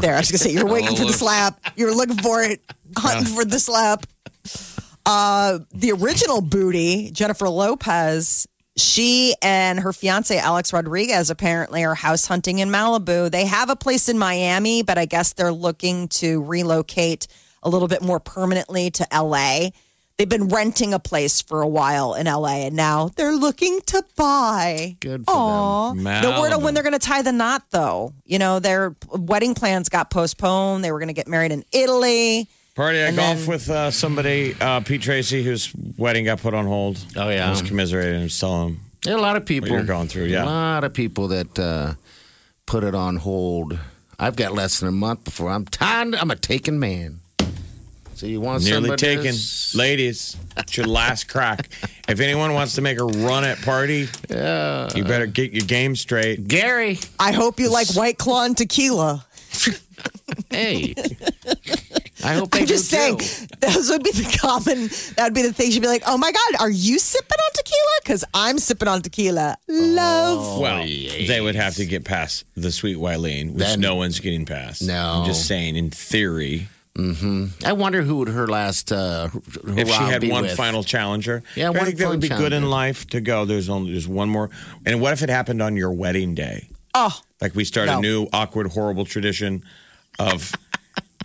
There, I was gonna say you're waiting for the Olives. slap. You're looking for it, hunting for the slap. Uh, the original booty, Jennifer Lopez. She and her fiance Alex Rodriguez apparently are house hunting in Malibu. They have a place in Miami, but I guess they're looking to relocate a little bit more permanently to LA. They've been renting a place for a while in LA, and now they're looking to buy. Good for Aw. them. No word on Malibu. when they're going to tie the knot, though. You know, their wedding plans got postponed. They were going to get married in Italy. Party at And golf then- with uh, somebody, uh, Pete Tracy, whose wedding got put on hold. Oh, yeah. I was commiserating and telling him. There are a lot of people. you're going through, yeah. A lot of people that uh, put it on hold. I've got less than a month before I'm tired. I'm a taken man. So you want Nearly somebody taken. that's- Ladies, it's your last crack. If anyone wants to make a run at party, you better get your game straight. Gary. I hope you like White Claw and (laughs) tequila. Hey. I hope they I'm just do saying, too. (laughs) those would be the common, that would be the thing. She'd be like, oh my God, are you sipping on tequila? Because I'm sipping on tequila. Oh, Love. Well, they would have to get past the sweet Wileen, which Then- no one's getting past. No. I'm just saying, in theory, I wonder who would her last uh, hurrah if she had be one with. final challenger, Yeah, I one think that would be final good in challenger. life to go. There's only there's one more. And what if it happened on your wedding day? Oh, Like we start a No. new awkward, horrible tradition of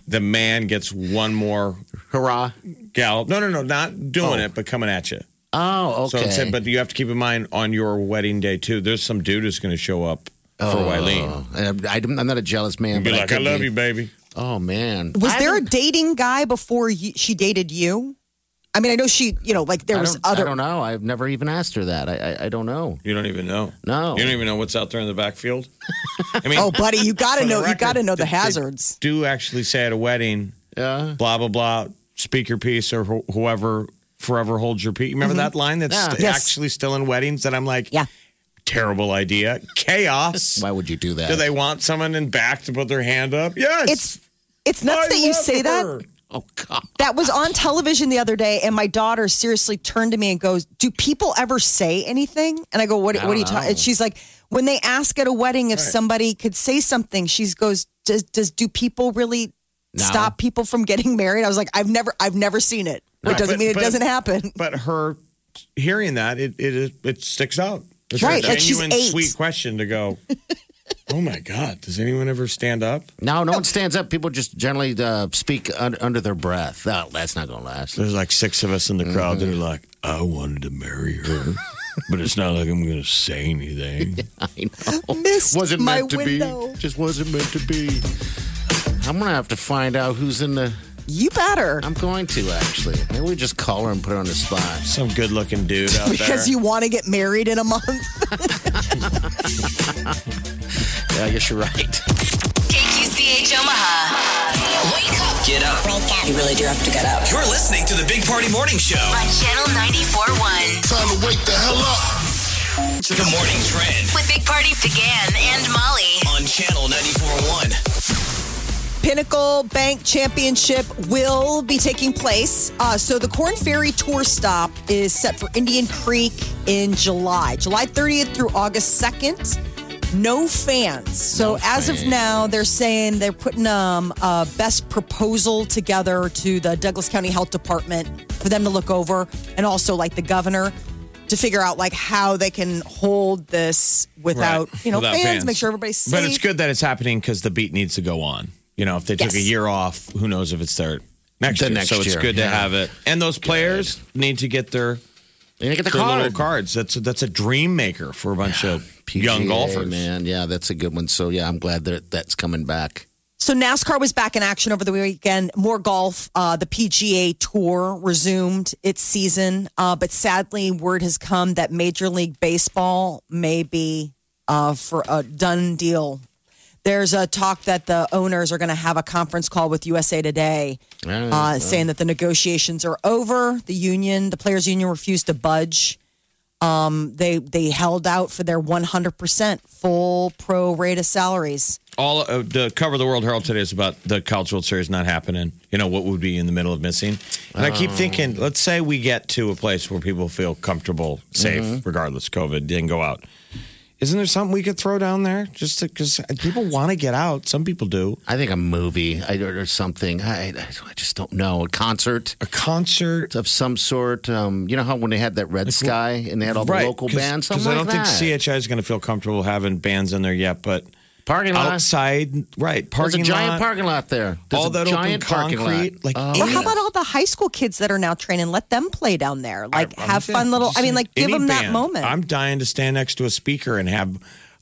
the man gets one more hurrah. gal. No, no, no, not doing it, but coming at you. Oh, So okay. it's, but you have to keep in mind on your wedding day too. There's some dude who's going to show up for Oh. Wileen. Uh, Oh. I, am not a jealous man. And be but like, "I could love be. you, baby." Oh man, was I there a don't- dating guy before you, she dated you? I mean, I know she, you know, like there I was don't- I other. don't know. I've never even asked her that. I I, I don't know. You don't even know. No. you don't even know what's out there in (laughs) the backfield. I mean, Oh, buddy, you got (laughs) For to the know, you record, got to know the did- did- hazards. do actually say at a wedding, Yeah. blah blah blah, speaker piece or wh- whoever forever holds your peace. You Remember that line that's Yeah. st- Mm-hmm. Yes. actually still in weddings that I'm like, Yeah. terrible idea, (laughs) chaos. Why would you do that? Do they want someone in back to put their hand up? Yes. It's, it's nuts I that you love say that. her. Oh God. That was on television the other day, and my daughter seriously turned to me and goes, "Do people ever say anything?" And I go, "What? I what are you don't talking?" And know. she's like, "When they ask at a wedding if somebody could say something, she goes, does, does do people really No. stop people from getting married?" I was like, "I've never, I've never seen it. Right, it doesn't but- mean it but- doesn't happen." but her hearing that it it it sticks out. It's Right, a like she's genuine eight. sweet question to go. oh my God! Does anyone ever stand up? No, no one stands up. People just generally uh, speak un- under their breath. Oh, that's not going to last. There's like six of us in the crowd that are like, I wanted to marry (laughs) her, but it's not like I'm going to say anything. (laughs) I know. Missed (laughs) wasn't my meant to window. be. Just wasn't meant to be. I'm going to have to find out who's in the You better. I'm going to actually. Maybe we just call her and put her on the spot. (laughs) Some good looking dude out because you want to get married in a month. Yeah, I guess you're right. (laughs) KQCH Omaha. Wake up Get up. You really do have to get up. You're listening to the Big Party Morning Show. on Channel 94.1 Time to wake the hell up. The Morning Trend with Big Party began and Molly. on Channel 94.1. Pinnacle Bank Championship will be taking place. Uh, so the Corn Ferry Tour stop is set for Indian Creek in July, July 30th through August 2nd. No fans. So as of now, they're saying they're putting um, a best proposal together to the Douglas County Health Department for them to look over, and also like the governor to figure out like how they can hold this without Right. you know Without fans, make sure everybody's safe. But it's good that it's happening because the beat needs to go on. You know, if they took Yes. a year off, who knows if it's their next The year. next so it's year, good to yeah. have it. And those players need to get their, And you get the their card. little cards. That's a, that's a dream maker for a bunch of (sighs) PGA, young golfers. man. Yeah, that's a good one. So yeah, I'm glad that that's coming back. So NASCAR was back in action over the weekend. More golf. Uh, the PGA Tour resumed its season, uh, but sadly, word has come that Major League Baseball may be uh, for a done deal. There's a talk that the owners are going to have a conference call with USA Today, uh, saying that the negotiations are over. The union, the players' union, refused to budge Um, they they held out for their 100% full pro rate of salaries. all uh, the cover of the World Herald today is about the College World Series not happening. You know what would be in the middle of missing, and I keep Oh. thinking, let's say we get to a place where people feel comfortable, safe, Mm-hmm. regardless COVID, didn't go out. Isn't there something we could throw down there just because people want to get out? Some people do. I think a movie I, or or something. I, I I just don't know. A concert A concert, of some sort. Um, you know how when they had that Red Sky and they had all the right? local bands. because Something I don't like that. think CHI is going to feel comfortable having bands in there yet. But Parking lot. outside, There's right? a Parking giant lot, parking lot there. There's all a that giant open parking concrete, lot. like Oh, Or any how about all the high school kids that are now training? Let them play down there. Like, I'm have saying, fun little. I mean, like, give any them that band. moment. I'm dying to stand next to a speaker and have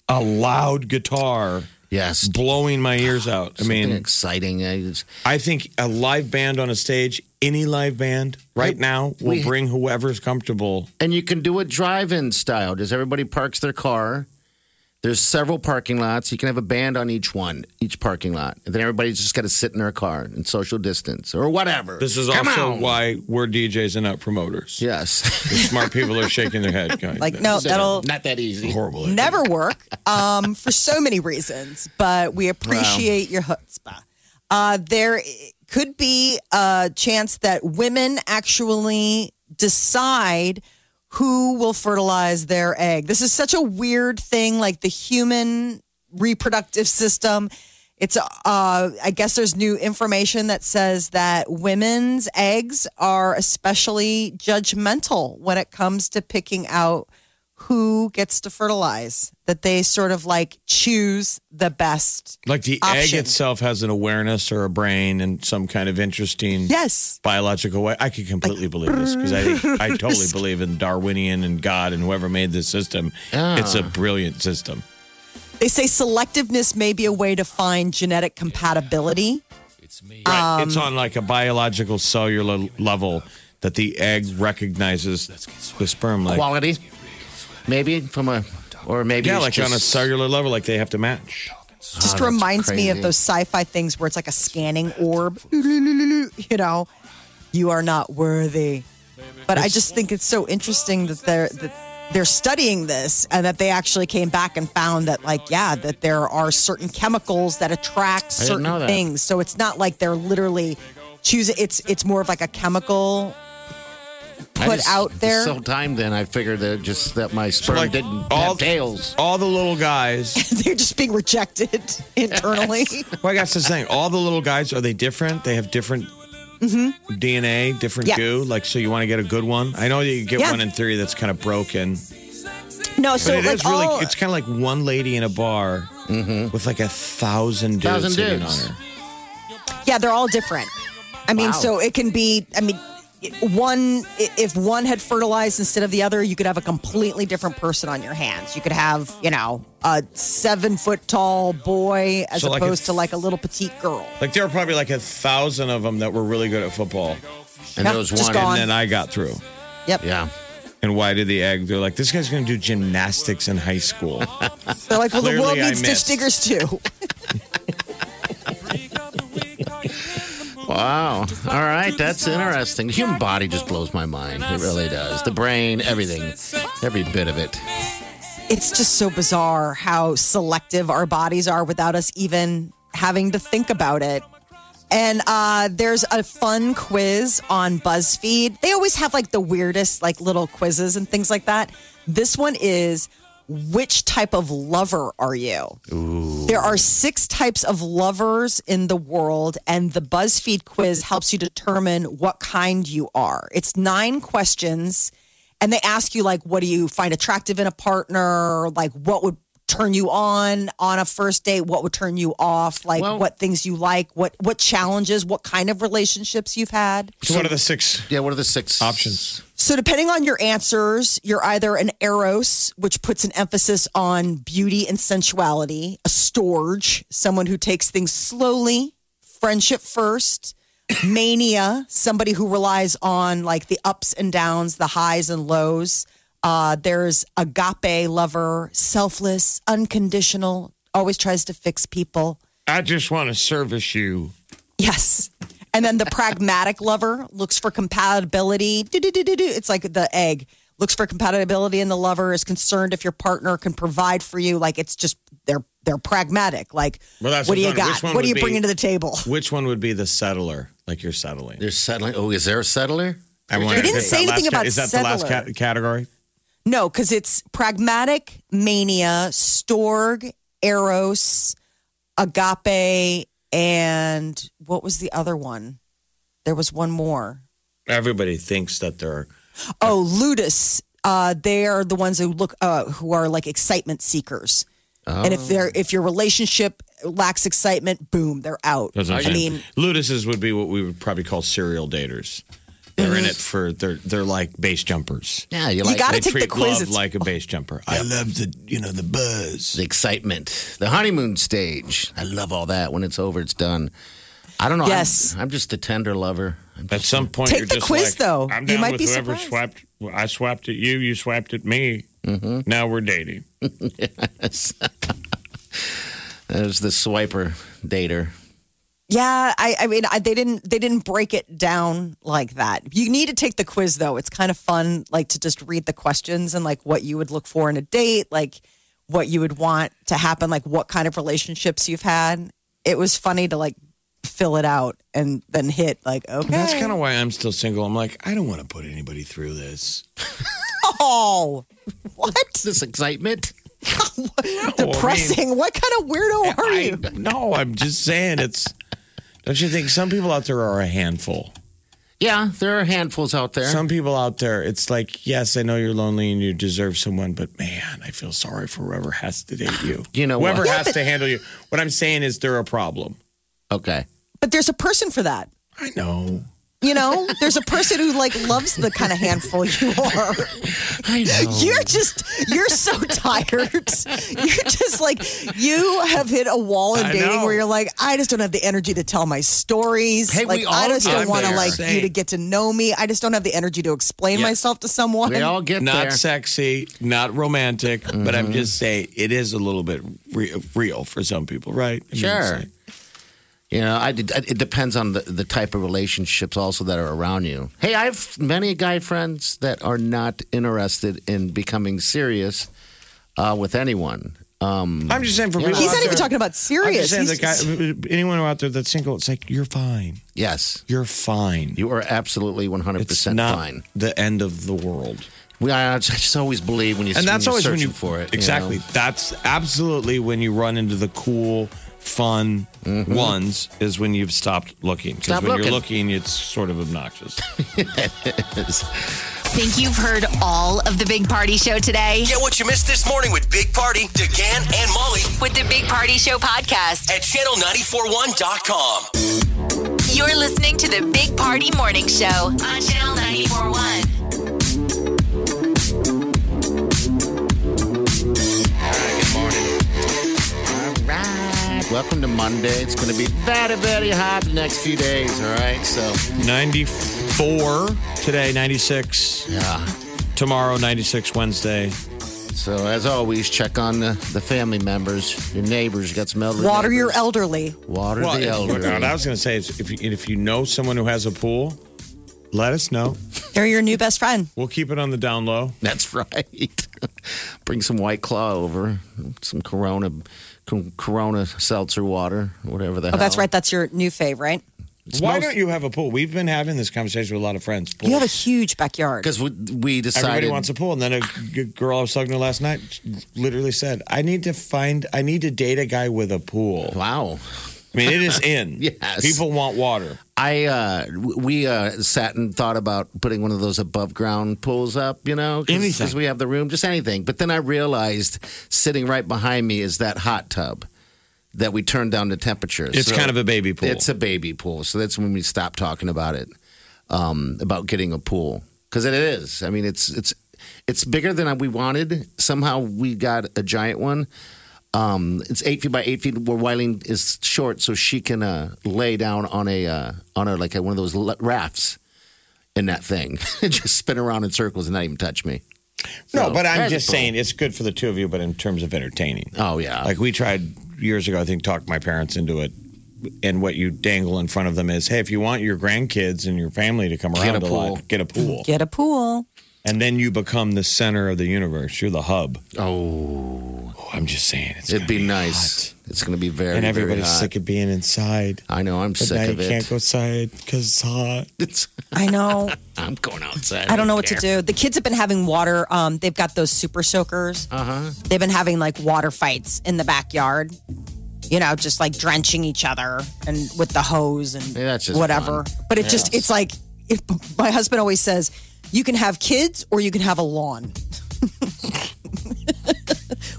a loud guitar yes. blowing my ears out. I Something mean, exciting. I just- I think a live band on a stage, any live band right now, will we- bring whoever's comfortable. And you can do it drive-in style. Does everybody parks their car? There's several parking lots. You can have a band on each one, each parking lot. And then everybody's just got to sit in their car and social distance or whatever. This is Come also on. why we're DJs and not promoters. Yes. (laughs) Smart people are shaking their head. Going, like, no, (laughs) that'll (laughs) Not that easy. horrible. idea. never work um, for so many reasons, but we appreciate your chutzpah. Uh, there could be a chance that women actually decide who will fertilize their egg. This is such a weird thing, like the human reproductive system. It's, uh, I guess there's new information that says that women's eggs are especially judgmental when it comes to picking out who gets to fertilize, that they sort of like choose the best. Like the egg Option. itself has an awareness or a brain and some kind of interesting Yes. biological way. I could completely believe this because I, think- I totally believe in Darwinian and God and whoever made this system. Ah. It's a brilliant system. They say selectiveness may be a way to find genetic compatibility. Right. it's on like a biological cellular level that the egg recognizes the sperm like Quality. Maybe from a, or maybe yeah, it's like just, on a cellular level, like they have to match. Just reminds me of those sci fi things where it's like a scanning orb. (laughs) You know, you are not worthy. But I just think it's so interesting that they're. That they're studying this and that they actually came back and found that like yeah that there are certain chemicals that attract I didn't know certain that. things so it's not like they're literally choosing it's it's more of like a chemical I put just- out there This whole time, then I figured that just that my sperm like, didn't all- have tails. All the little guys. (laughs) (laughs) they're just being rejected (laughs) internally. well, I guess this thing. All the little guys are they different? They have different DNA, different Yeah. goo. Like, so you want to get a good one? I know you get Yeah. one in theory that's kind of broken. (laughs) No, But so it is like really, all, it's kind of like one lady in a bar with like a thousand dudes Thousand hitting dudes. on her. yeah, they're all different. I mean, Wow. so it can be. I mean, one i- if one had fertilized instead of the other, you could have a completely different person on your hands. You could have, you know, a seven foot tall boy as So like opposed if- to like a little petite girl. Like there were probably like a thousand of them that were really good at football, And Yeah, there was just one- gone. and then I got through. Yep. Yeah. And why did the egg? They're like, this guy's going to do gymnastics in high (laughs) school. They're like, well, the world Clearly I needs ditch missed. diggers too. Wow. All right. That's interesting. The human body just blows my mind. It really does. The brain, everything, every bit of it. It's just so bizarre how selective our bodies are without us even having to think about it. And uh, there's a fun quiz on BuzzFeed. They always have like the weirdest, like little quizzes and things like that. This one is which type of lover are you? There are six types of lovers in the world, and the BuzzFeed quiz helps you determine what kind you are. It's nine questions, and they ask you, like, what do you find attractive in a partner? Like, what would turn you on on a first date? What would turn you off? Like, what things you like? What, what challenges? What kind of relationships you've had? So what are the six? Yeah, what are the six options? So, depending on your answers, you're either an eros, which puts an emphasis on beauty and sensuality, a storge, someone who takes things slowly, friendship first, mania, somebody who relies on like the ups and downs, the highs and lows. Uh, there's agape lover, selfless, unconditional, always tries to fix people. I just want to service you. Yes. And then the pragmatic lover looks for compatibility. Do-do-do-do-do. It's like the egg looks for compatibility, and the lover is concerned if your partner can provide for you. Like it's just they're they're pragmatic. Like Well, that's what do you what's on it. got? Which one What do you would be- bringing to the table? Which one would be the settler? Like you're settling. There's settling. Oh, is there a settler? I They wanted to didn't hit say that anything last about Is that the last settler. cat- category? No, because it's pragmatic mania, storg, eros, agape, and what was the other one? There was one more. Everybody thinks that they're Oh, ludus. Uh, they are the ones who look uh, who are like excitement seekers. And if they're if your relationship lacks excitement, boom, they're out. That's what I I'm saying. mean, Ludices would be what we would probably call serial daters. They're in it for they're they're like base jumpers. Yeah, you You like gotta they take the treat quiz. love It's- like a base jumper. I love the you know the buzz. the excitement, the honeymoon stage. I love all that. When it's over, it's done. I don't know. I'm- Yes. I'm, just a tender lover. I'm At some point, Take you're the just quiz, like, though. I'm You down might with be whoever swapped. well, I swapped at you. You swapped at me. Mm-hmm. Now we're dating. Yes. There's the swiper dater. yeah, I, I mean, I, they didn't they didn't break it down like that. You need to take the quiz though. It's kind of fun, like to just read the questions and like what you would look for in a date, like what you would want to happen, like what kind of relationships you've had. It was funny to like fill it out and then hit like okay. That's kind of why I'm still single. I'm like, I don't want to put anybody through this. (laughs) Oh, what? This excitement. Depressing. what kind of weirdo are I, you? (laughs) no, I'm just saying it's. Don't you think some people out there are a handful? Yeah, there are handfuls out there. Some people out there, it's like, yes, I know you're lonely and you deserve someone, but man, I feel sorry for whoever has to date you. (sighs) You know whoever what? has to handle you. What I'm saying is, they're a problem. okay. But there's a person for that. I know. You know, there's a person who like loves the kind of handful you are. I know. You're just, you're so tired. You're just like, you have hit a wall in I dating know. where you're like, I just don't have the energy to tell my stories. Hey, like, we I all just don't get want to there. like you to get to know me. I just don't have the energy to explain Yeah. myself to someone. We all get Not there. Mm-hmm. sexy, not romantic, but I'm just saying it is a little bit re- real for some people, right? I mean, Sure. it's like- You know, I did, it depends on the, the type of relationships also that are around you. Hey, I have many guy friends that are not interested in becoming serious uh, with anyone. Um, I'm just saying for You know, people. He's not out even there- talking about I'm serious. just saying He's the guy, just- anyone out there that's single, it's like you're fine. yes, You're fine. you are absolutely 100% it's not fine. the end of the world. We, I just always believe when you and that's when always you're when you searching for it. you exactly know. that's absolutely when you run into the cool fun ones is when you've stopped looking because Mm-hmm. Stop when you're looking. looking it's sort of obnoxious Think you've heard all of the Big Party Show today? Get what you missed this morning with Big Party, DeGan, and Molly With the Big Party Show podcast, at channel941.com. You're listening to the Big Party Morning Show on Channel 941. Good morning. All right. Welcome to Monday. It's going to be very, very hot the next few days. All right. So 94 today, 96. Yeah. Tomorrow, 96 Wednesday. So as always, check on the, the family members, your neighbors. You got some elderly. Water your elderly. Water Well, (laughs) the elderly. what I was going to say is if you, if you know someone who has a pool, let us know. They're your new best friend. We'll keep it on the down low. That's right. (laughs) Bring some White Claw over, some Corona, co- Corona seltzer water, whatever the Oh, hell. that's right. That's your new fave, right? Why most- don't you have a pool? We've been having this conversation with a lot of friends. You have Pools. a huge backyard. Because we, we Everybody decided. wants a pool. And then a g- girl I was talking to last night literally said, I need to find, I need to date a guy with a pool. wow. I mean, it is (laughs) in. Yes. People want water. I uh, w- we uh, sat and thought about putting one of those above ground pools up, you know, Anything. because we have the room, just anything. But then I realized sitting right behind me is that hot tub that we turned down to temperature. It's So- kind of a baby pool. It's a baby pool. So that's when we stopped talking about it, um, about getting a pool. Because it is. I mean, it's it's it's bigger than we wanted. Somehow we got a giant one. Um, it's eight feet by eight feet. Where Wiley is short, so she can uh, lay down on a uh, on a like a, one of those l- rafts in that thing, (laughs) just spin around in circles and not even touch me. no, So, but I'm there's a just pool. saying it's good for the two of you, but in terms of entertaining. Oh yeah, Like we tried years ago, I think, talked my parents into it. And what you dangle in front of them is, hey, if you want your grandkids and your family to come Get around a pool. lot, get a pool. Get a pool. And then you become the center of the universe. You're the hub. oh, Oh, I'm just saying. It's it'd gonna be, nice. hot. It's gonna be very And very everybody's hot. sick of being inside. I know. I'm But now sick you of it. can't go outside because it's hot. (laughs) It's- I (laughs) know. I'm going outside. I don't know what to do. The kids have been having water. Um, they've got those super soakers. Uh huh. They've been having like water fights in the backyard. You know, just like drenching each other and with the hose and Yeah, that's just whatever. fun. But it just it's like if, my husband always says, you can have kids or you can have a lawn. (laughs)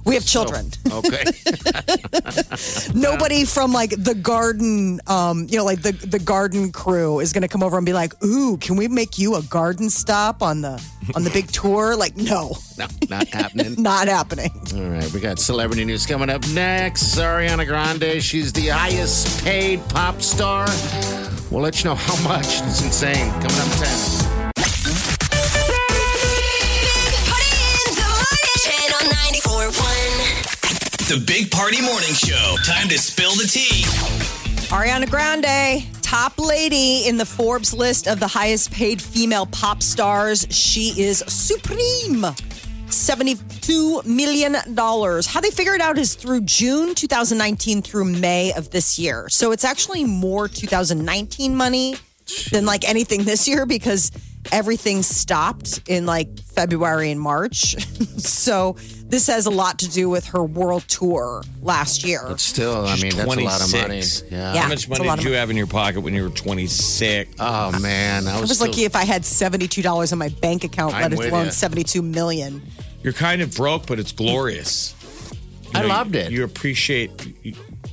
we have children. Okay. Nobody from like the garden, um, you know, like the the garden crew is going to come over and be like, "Ooh, can we make you a garden stop on the on the big tour?" Like, no, no, (laughs) not happening. not happening. All right, we got celebrity news coming up next. Ariana Grande, she's the highest paid pop star. We'll let you know how much. It's insane. Coming up 10. Party in the morning. Channel 941. The Big Party Morning Show. Time to spill the tea. Ariana Grande, top lady in the Forbes list of the highest paid female pop stars. She is supreme. $72 million. How they figure it out is through June 2019 through May of this year. So it's actually more 2019 money than like anything this year because everything stopped in like February and March. (laughs) so this has a lot to do with her world tour last year. Still, I mean, that's a lot of money. 26. Yeah. Yeah. How it's much a money lot did of you have in your pocket when you were 26? Oh, man. I was, I was still- lucky if I had seventy-two dollars in my bank account, I'm let with alone ya. seventy-two million. You're kind of broke, but it's glorious. You I know, loved you- it. You appreciate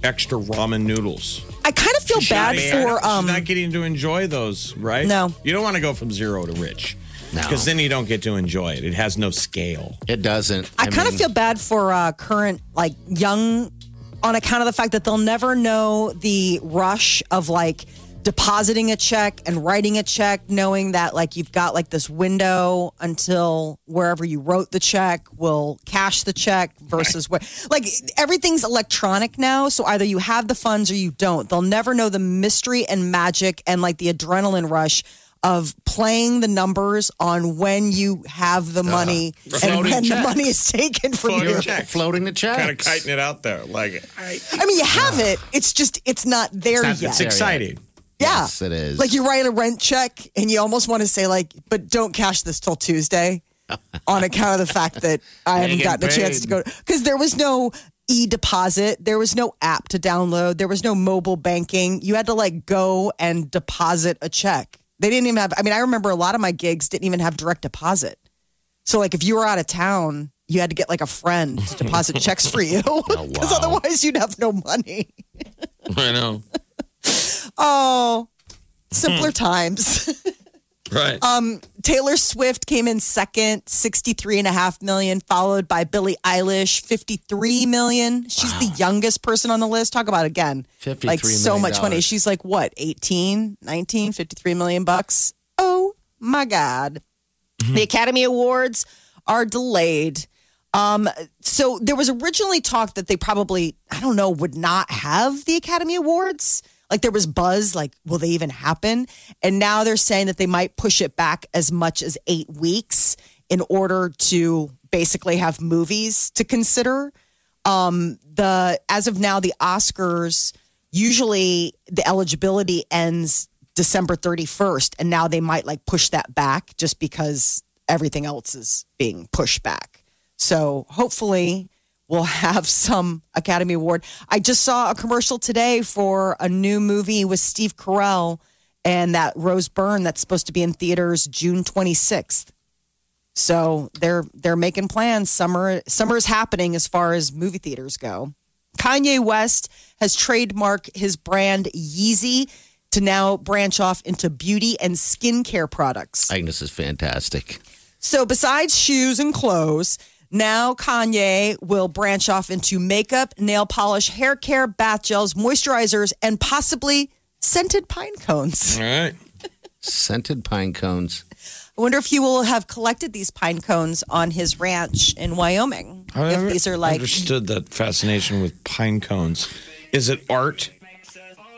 extra ramen noodles. I kind of feel bad She's for not- um. she's not getting to enjoy those, right? No. You don't want to go from zero to rich. No. Because then you don't get to enjoy it. It has no scale. It doesn't. I kind of mean, feel bad for uh, current like young, on account of the fact that they'll never know the rush of like depositing a check and writing a check, knowing that like you've got like this window until wherever you wrote the check will cash the check versus where like everything's electronic now. So either you have the funds or you don't. They'll never know the mystery and magic and like the adrenaline rush. Of playing the numbers on when you have the money and Floating when the checks. money is taken from Floating you. checks. floating the checks. Kind of kiting it out there. Like, I, I mean, you have it. It's just it's not there it's yet. exciting. yeah, Yes, it is. Like you write a rent check and you almost want to say like, but don't cash this till (laughs) Tuesday, on account of the fact that I haven't ain't gotten a getting chance to go because there was no e deposit, there was no app to download, there was no mobile banking. You had to like go and deposit a check. They didn't even have. I mean, I remember a lot of my gigs didn't even have direct deposit. So like if you were out of town, you had to get like a friend to deposit (laughs) checks for you Oh, because otherwise you'd have no money. I know. Oh, (laughs) Simpler times. Right. Um, Taylor Swift came in second, 63.5 million, followed by Billie Eilish, 53 million. She's the youngest person on the list. Talk about again. Like $53 so much money. million. She's like, what, 18, 19, 53 million bucks? Oh my God. The Academy Awards are delayed. Um, so there was originally talk that they probably, I don't know, would not have the Academy Awards. Like there was buzz, like, will they even happen? And now they're saying that they might push it back as much as eight weeks in order to basically have movies to consider. Um, the as of now, the Oscars usually the eligibility ends December 31st, and now they might like push that back just because everything else is being pushed back. So hopefully we'll have (laughs) some Academy Award. I just saw a commercial today for a new movie with Steve Carell and that Rose Byrne that's supposed to be in theaters June 26th. So they're they're making plans. Summer summer is happening as far as movie theaters go. Kanye West has trademarked his brand Yeezy to now branch off into beauty and skincare products. Agnes is fantastic. So, besides shoes and clothes, now Kanye will branch off into makeup, nail polish, hair care, bath gels, moisturizers, and possibly scented pine cones. All right. Scented pine cones. I wonder if he will have collected these pine cones on his ranch in Wyoming. I if never these are like, understood that fascination with pine cones. Is it art?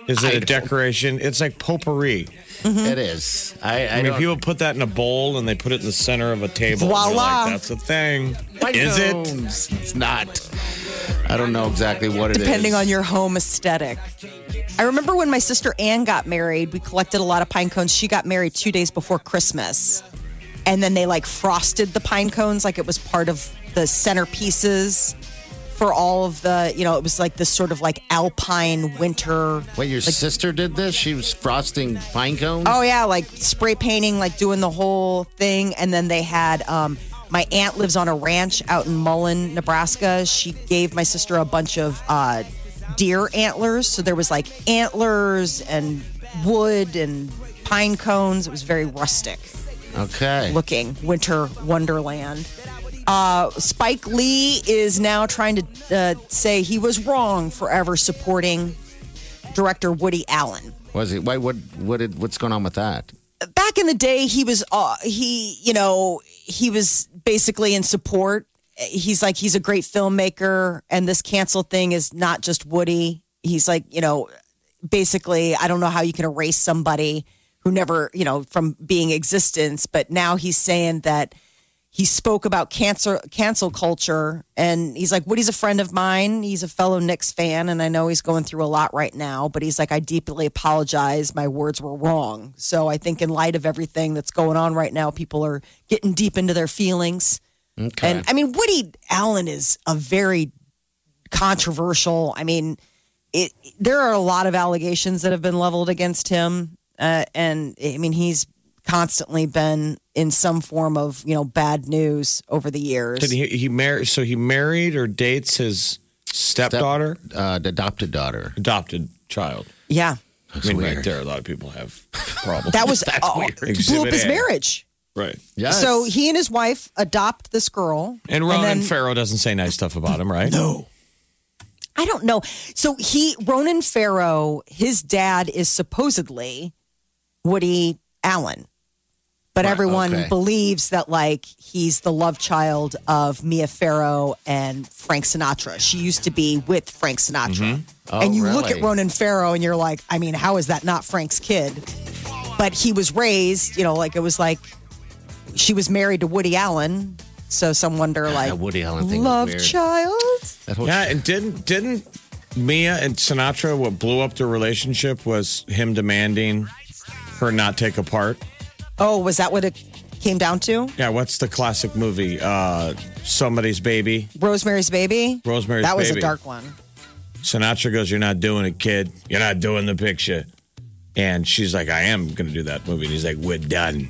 Is it a decoration? It's like potpourri. Mm-hmm. It is. I, I I, mean, don't- people put that in a bowl and they put it in the center of a table. and you're Voila. Like, That's a thing. Pine is cones. It's not. I don't know exactly what it is. depending on your home aesthetic. I remember when my sister Anne got married, we collected a lot of pine cones. She got married two days before Christmas. And then they like frosted the pine cones like it was part of the centerpieces for all of the, you know, it was like this sort of like alpine winter. Wait, your sister did this? She was frosting pine cones? Oh yeah, like spray painting, like doing the whole thing. And then they had um, my aunt lives on a ranch out in Mullen, Nebraska. She gave my sister a bunch of uh, deer antlers, so there was like antlers and wood and pine cones. It was very rustic Okay. looking winter wonderland. Uh, Spike Lee is now trying to uh, say he was wrong forever supporting director Woody Allen. Was it? Why? What? What? Did, what's going on with that? back in the day he was uh, he you know he was basically in support he's like he's a great filmmaker and this cancel thing is not just woody he's like you know basically i don't know how you can erase somebody who never you know from being existence but now he's saying that he spoke about cancer cancel culture and he's like Woody's a friend of mine. He's a fellow Knicks fan and I know he's going through a lot right now, but he's like I deeply apologize. My words were wrong. So I think in light of everything that's going on right now, people are getting deep into their feelings. Okay. And I mean Woody Allen is a very controversial. I mean, it there are a lot of allegations that have been leveled against him, uh, and I mean he's constantly been in some form of you know bad news over the years. it? Did he, he married? So he married or dates his stepdaughter, uh, adopted daughter, adopted child. yeah, I mean, right there, a lot of people have problems. that (laughs) was That's oh, weird. blew up Exhibit his A. marriage. Right. Yes. So he and his wife adopt this girl, And Ronan then- Farrow doesn't say nice stuff about him, right? No. I don't know. So he, Ronan Farrow, his dad is supposedly Woody Allen, but Right, everyone okay. believes that like he's the love child of Mia Farrow and Frank Sinatra. She used to be with Frank Sinatra. Oh, and you look at really? Ronan Farrow and you're like, I mean, how is that not Frank's kid? But he was raised, you know, like it was like she was married to Woody Allen. So some wonder like that Woody Allen thing was love weird. child. That whole Yeah, and didn't didn't Mia and Sinatra what blew up their relationship was him demanding her not take a part. Oh, was that what it came down to? Yeah, what's the classic movie? Uh Somebody's Baby. Rosemary's Baby. Rosemary's that was Baby. a dark one. Sinatra goes, You're not doing it, kid. You're not doing the picture. And she's like, I am gonna do that movie. And he's like, We're done.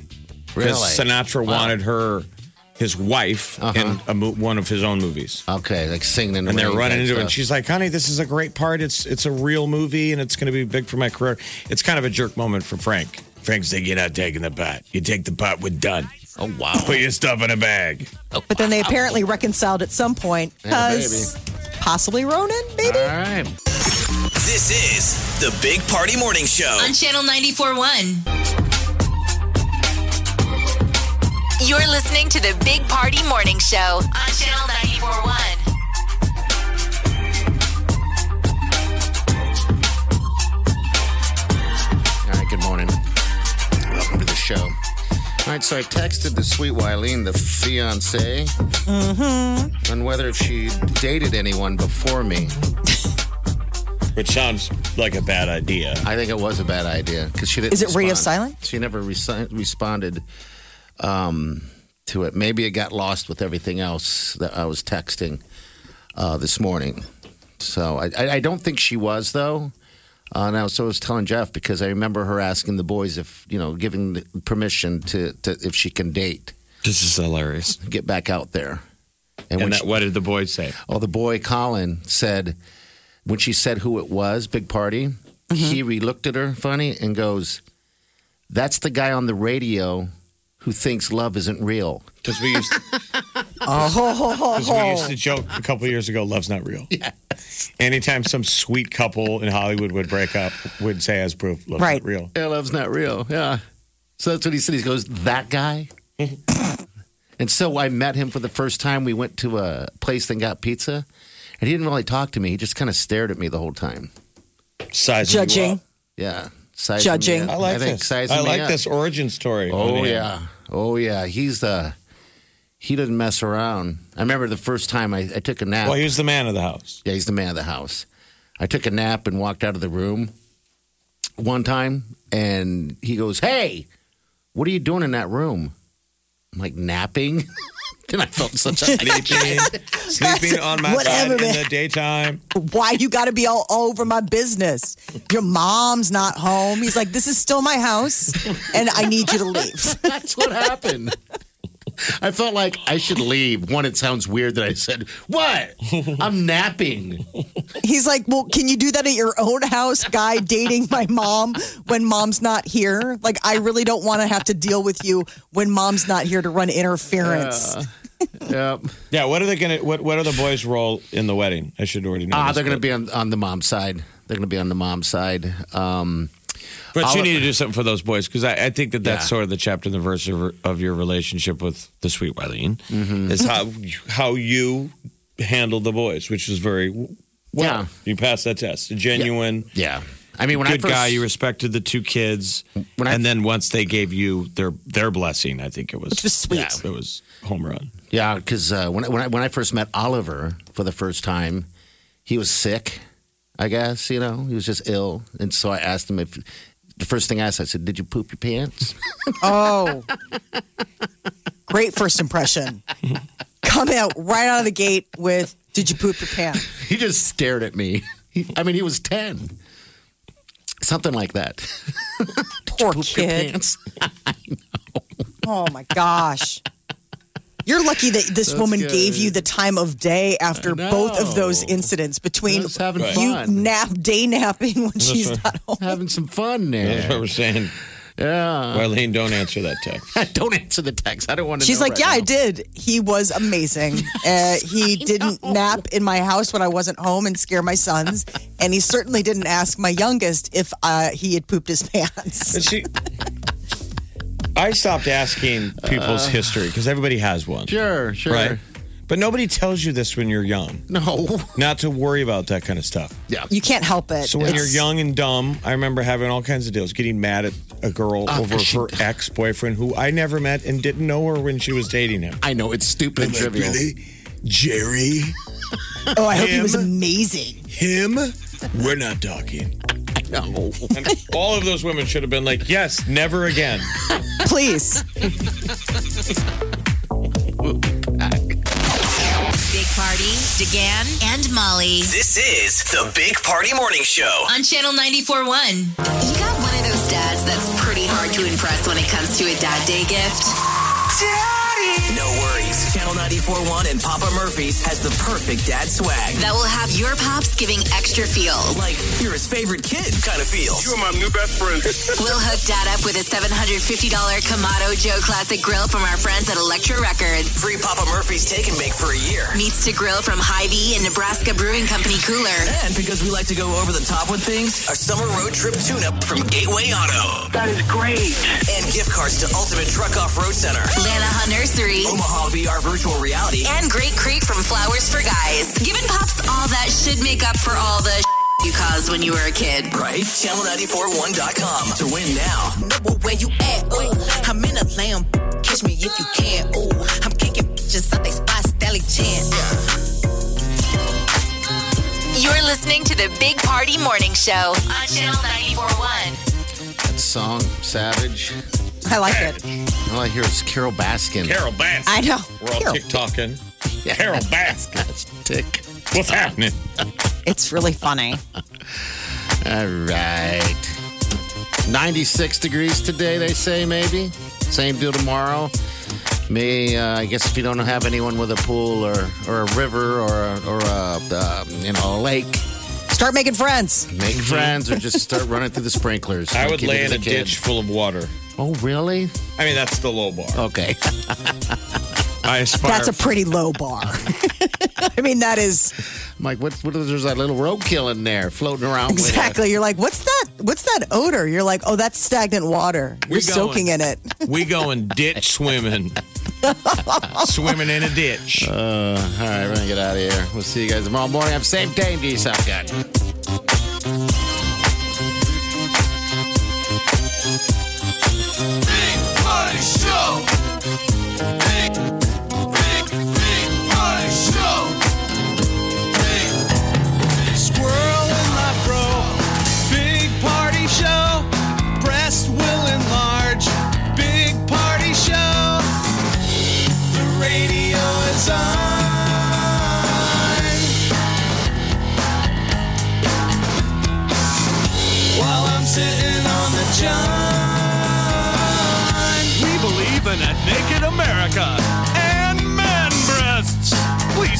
Really? Sinatra wanted her his wife Uh-huh. in a mo- one of his own movies. Okay, like singing in the and they're rain running and into it. And stuff. she's like, "Honey, this is a great part. It's it's a real movie, and it's going to be big for my career." It's kind of a jerk moment for Frank. Frank's like, "You're not taking the pot. You take the pot. We're done. Oh wow! Put your stuff in a bag." But then they apparently reconciled at some point Yeah, because possibly Ronan, maybe? All right. This is the Big Party Morning Show. on Channel 94.1. You're listening to the Big Party Morning Show on Channel 94.1. All right, good morning. Welcome to the show. All right, so I texted the sweet Wileen, the fiance, Mm-hmm. on whether she dated anyone before me. Which sounds like a bad idea. I think it was a bad idea because she didn't. Is it radio respond. She never resi- responded um, to it. Maybe it got lost with everything else that I was texting uh, this morning. So I, I I don't think she was though. Uh, now, so I was telling Jeff because I remember her asking the boys if you know giving the permission to, to if she can date, This is hilarious. get back out there. And, when that, she- what did the boy say? Oh, the boy Colin said when she said who it was, big party. He re looked at her funny and goes, "That's the guy on the radio who thinks love isn't real." Because we used to, (laughs) Oh, ho, ho, ho, 'cause we used ho. to joke a couple years ago, love's not real. Yeah. Anytime some sweet couple in Hollywood would break up, would say as proof, love's Right. not real. Yeah, love's not real. Yeah, so that's what he said. He goes, "That (laughs) guy." and so I met him for the first time. We went to a place and got pizza, and he didn't really talk to me. He just kind of stared at me the whole time. Sizing you Judging. up. Yeah, sizing me Judging. up. I like think this. sizing I me like up. this origin story. Oh on the end. yeah. Oh yeah. He's uh he doesn't mess around. I remember the first time I, I took a nap. Well, he was the man of the house. yeah, he's the man of the house. I took a nap and walked out of the room one time and he goes, Hey, what are you doing in that room? I'm like napping. (laughs) and I felt (laughs) such (laughs) a Sleeping, sleeping on my Whatever, bed in man. the daytime. Why you got to be all over my business? Your mom's not home. He's like, this is still my house, and I need you to leave. (laughs) That's what happened. I felt like I should leave. One, it sounds weird that I said, What? I'm napping. He's like, well, can you do that at your own house, guy dating my mom when mom's not here? Like, I really don't want to have to deal with you when mom's not here to run interference. Yep. Yeah, what are they gonna? What What are the boys' role in the wedding? I should already know. Ah, this, they're going to but- be on, on the mom's side. They're going to be on the mom's side. Um, But you I'll- need to do something for those boys because I, I think that that's Yeah. sort of the chapter and the verse of, of your relationship with the sweet Wileen Mm-hmm. is how you- how you handle the boys, which is very well. Yeah. You passed that test. A genuine, yeah. I mean, when good I first, guy. You respected the two kids, When I- and then once they gave you their their blessing, I think it was Which was sweet. Yeah, it was home run. yeah, because uh, when I- when I when I first met Oliver for the first time, he was sick. I guess you know he was just ill, and so I asked him if the first thing I asked, I said, "Did you poop your pants?" (laughs) Oh, great first impression. Come out right out of the gate with, did you poop your pants? he just stared at me. He, I mean, he was ten, something like that. (laughs) Poor Poop your kid. pants. Oh my gosh. You're lucky that this woman good. gave you the time of day after I both of those know. incidents between I was having you fun. nap day napping when she's not home. Having some fun That's what there. we're saying. Yeah, Wileen, don't answer that text. (laughs) Don't answer the text. I don't want to. She's know like, right yeah, now." I did. He was amazing. (laughs) uh, he didn't nap in my house when I wasn't home and scare my sons, and he certainly didn't ask my youngest if uh, he had pooped his (laughs) pants. And she, I stopped asking people's history because everybody has one. Uh. Sure, sure. Right. But nobody tells you this when you're young, No. (laughs) not to worry about that kind of stuff. Yeah. You can't help it. So when you're It's- young and dumb, I remember having all kinds of deals, getting mad at a girl Ah, over she- her ex boyfriend who I never met and didn't know her when she was dating him. I know it's stupid and trivial. Jerry, Oh, I hope he was him. amazing. him, we're not talking. No. (laughs) And all of those women should have been like, yes, never again. Please. Big Party, DeGan, and Molly This is the Big Party Morning Show. on Channel 94.1. You got one of those dads that's pretty hard to impress when it comes to a dad day gift. Daddy! worries. No worries. Channel 94.1 and Papa Murphy's has the perfect dad swag. That will have your pops giving extra feels. Like you're his favorite kid kind of feel. You are my new best friend. We'll hook Dad up with a $750 Kamado Joe Classic Grill from our friends at Electra Records. Free Papa Murphy's take and bake for a year. Meats to grill from Hy-Vee and Nebraska Brewing Company Cooler. And because we like to go over the top with things, our summer road trip tune-up from Gateway Auto. That is great. And gift cards to Ultimate Truck Off Road Center. Lanaha Nursery. Omaha VR Virtual Reality. And Great Creek from Flowers for Guys. Giving Pops all that should make up for all the you caused when you were a kid. Right? Channel941.com to win now. Know where you at, ooh. I'm in a lamb. Catch me if you can, ooh. I'm kicking bitches out they spots, Dally Chan. You're listening to the Big Party Morning Show on Channel 941. That song, Savage. I like it. All I hear is Carol Baskin. Carol Baskin. I know. We're all Carol. TikToking. Carol Baskin. Tick. What's happening? It's really funny. All right. 96 degrees today, they say, maybe. Same deal tomorrow. May, uh, I guess if you don't have anyone with a pool or, or a river or, a- or a, um, you know, a lake, Start making friends. make friends or just (laughs) start running through the sprinklers. Mm-hmm. I Like would you lay did in a as kid. ditch full of water. Oh, really? I mean, that's the low bar. Okay. Oh, (laughs) I aspire. That's a pretty low bar. (laughs) I mean, that is Mike, what, what is there's that little roadkill in there floating around? with you? exactly. You're like, what's that? What's that odor? You're like, oh, that's stagnant water. You're We going. soaking in it. we going ditch (laughs) swimming. swimming in a ditch. Uh, all right, we're gonna get out of here. We'll see you guys tomorrow morning. Have a safe day and do yourself good. Big Party Show. Big, big, big Party Show. Squirrel in my bro. Big party show. Breast will enlarge. Big party show. The radio is on. While I'm sitting on the john. We believe in a naked America and man breasts. Please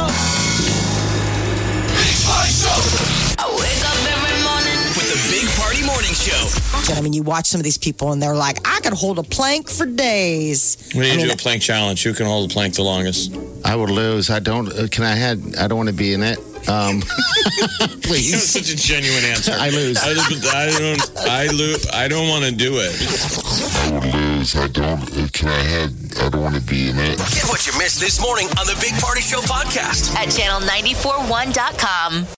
Big Party Show. I wake up every morning. With the Big Party Morning Show. I mean, you watch some of these people and they're like, I could hold a plank for days. We need I to mean, do a plank challenge. Who can hold the plank the longest? I would lose. I don't. Uh, can I had? I don't want to be in it. Um, That was please. such a genuine answer. I lose. I, don't- I don't. I lose. I don't want to do it. I don't. uh, Can I have? I don't want to be in it. Get what you missed this morning on the Big Party Show podcast. At channel941.com.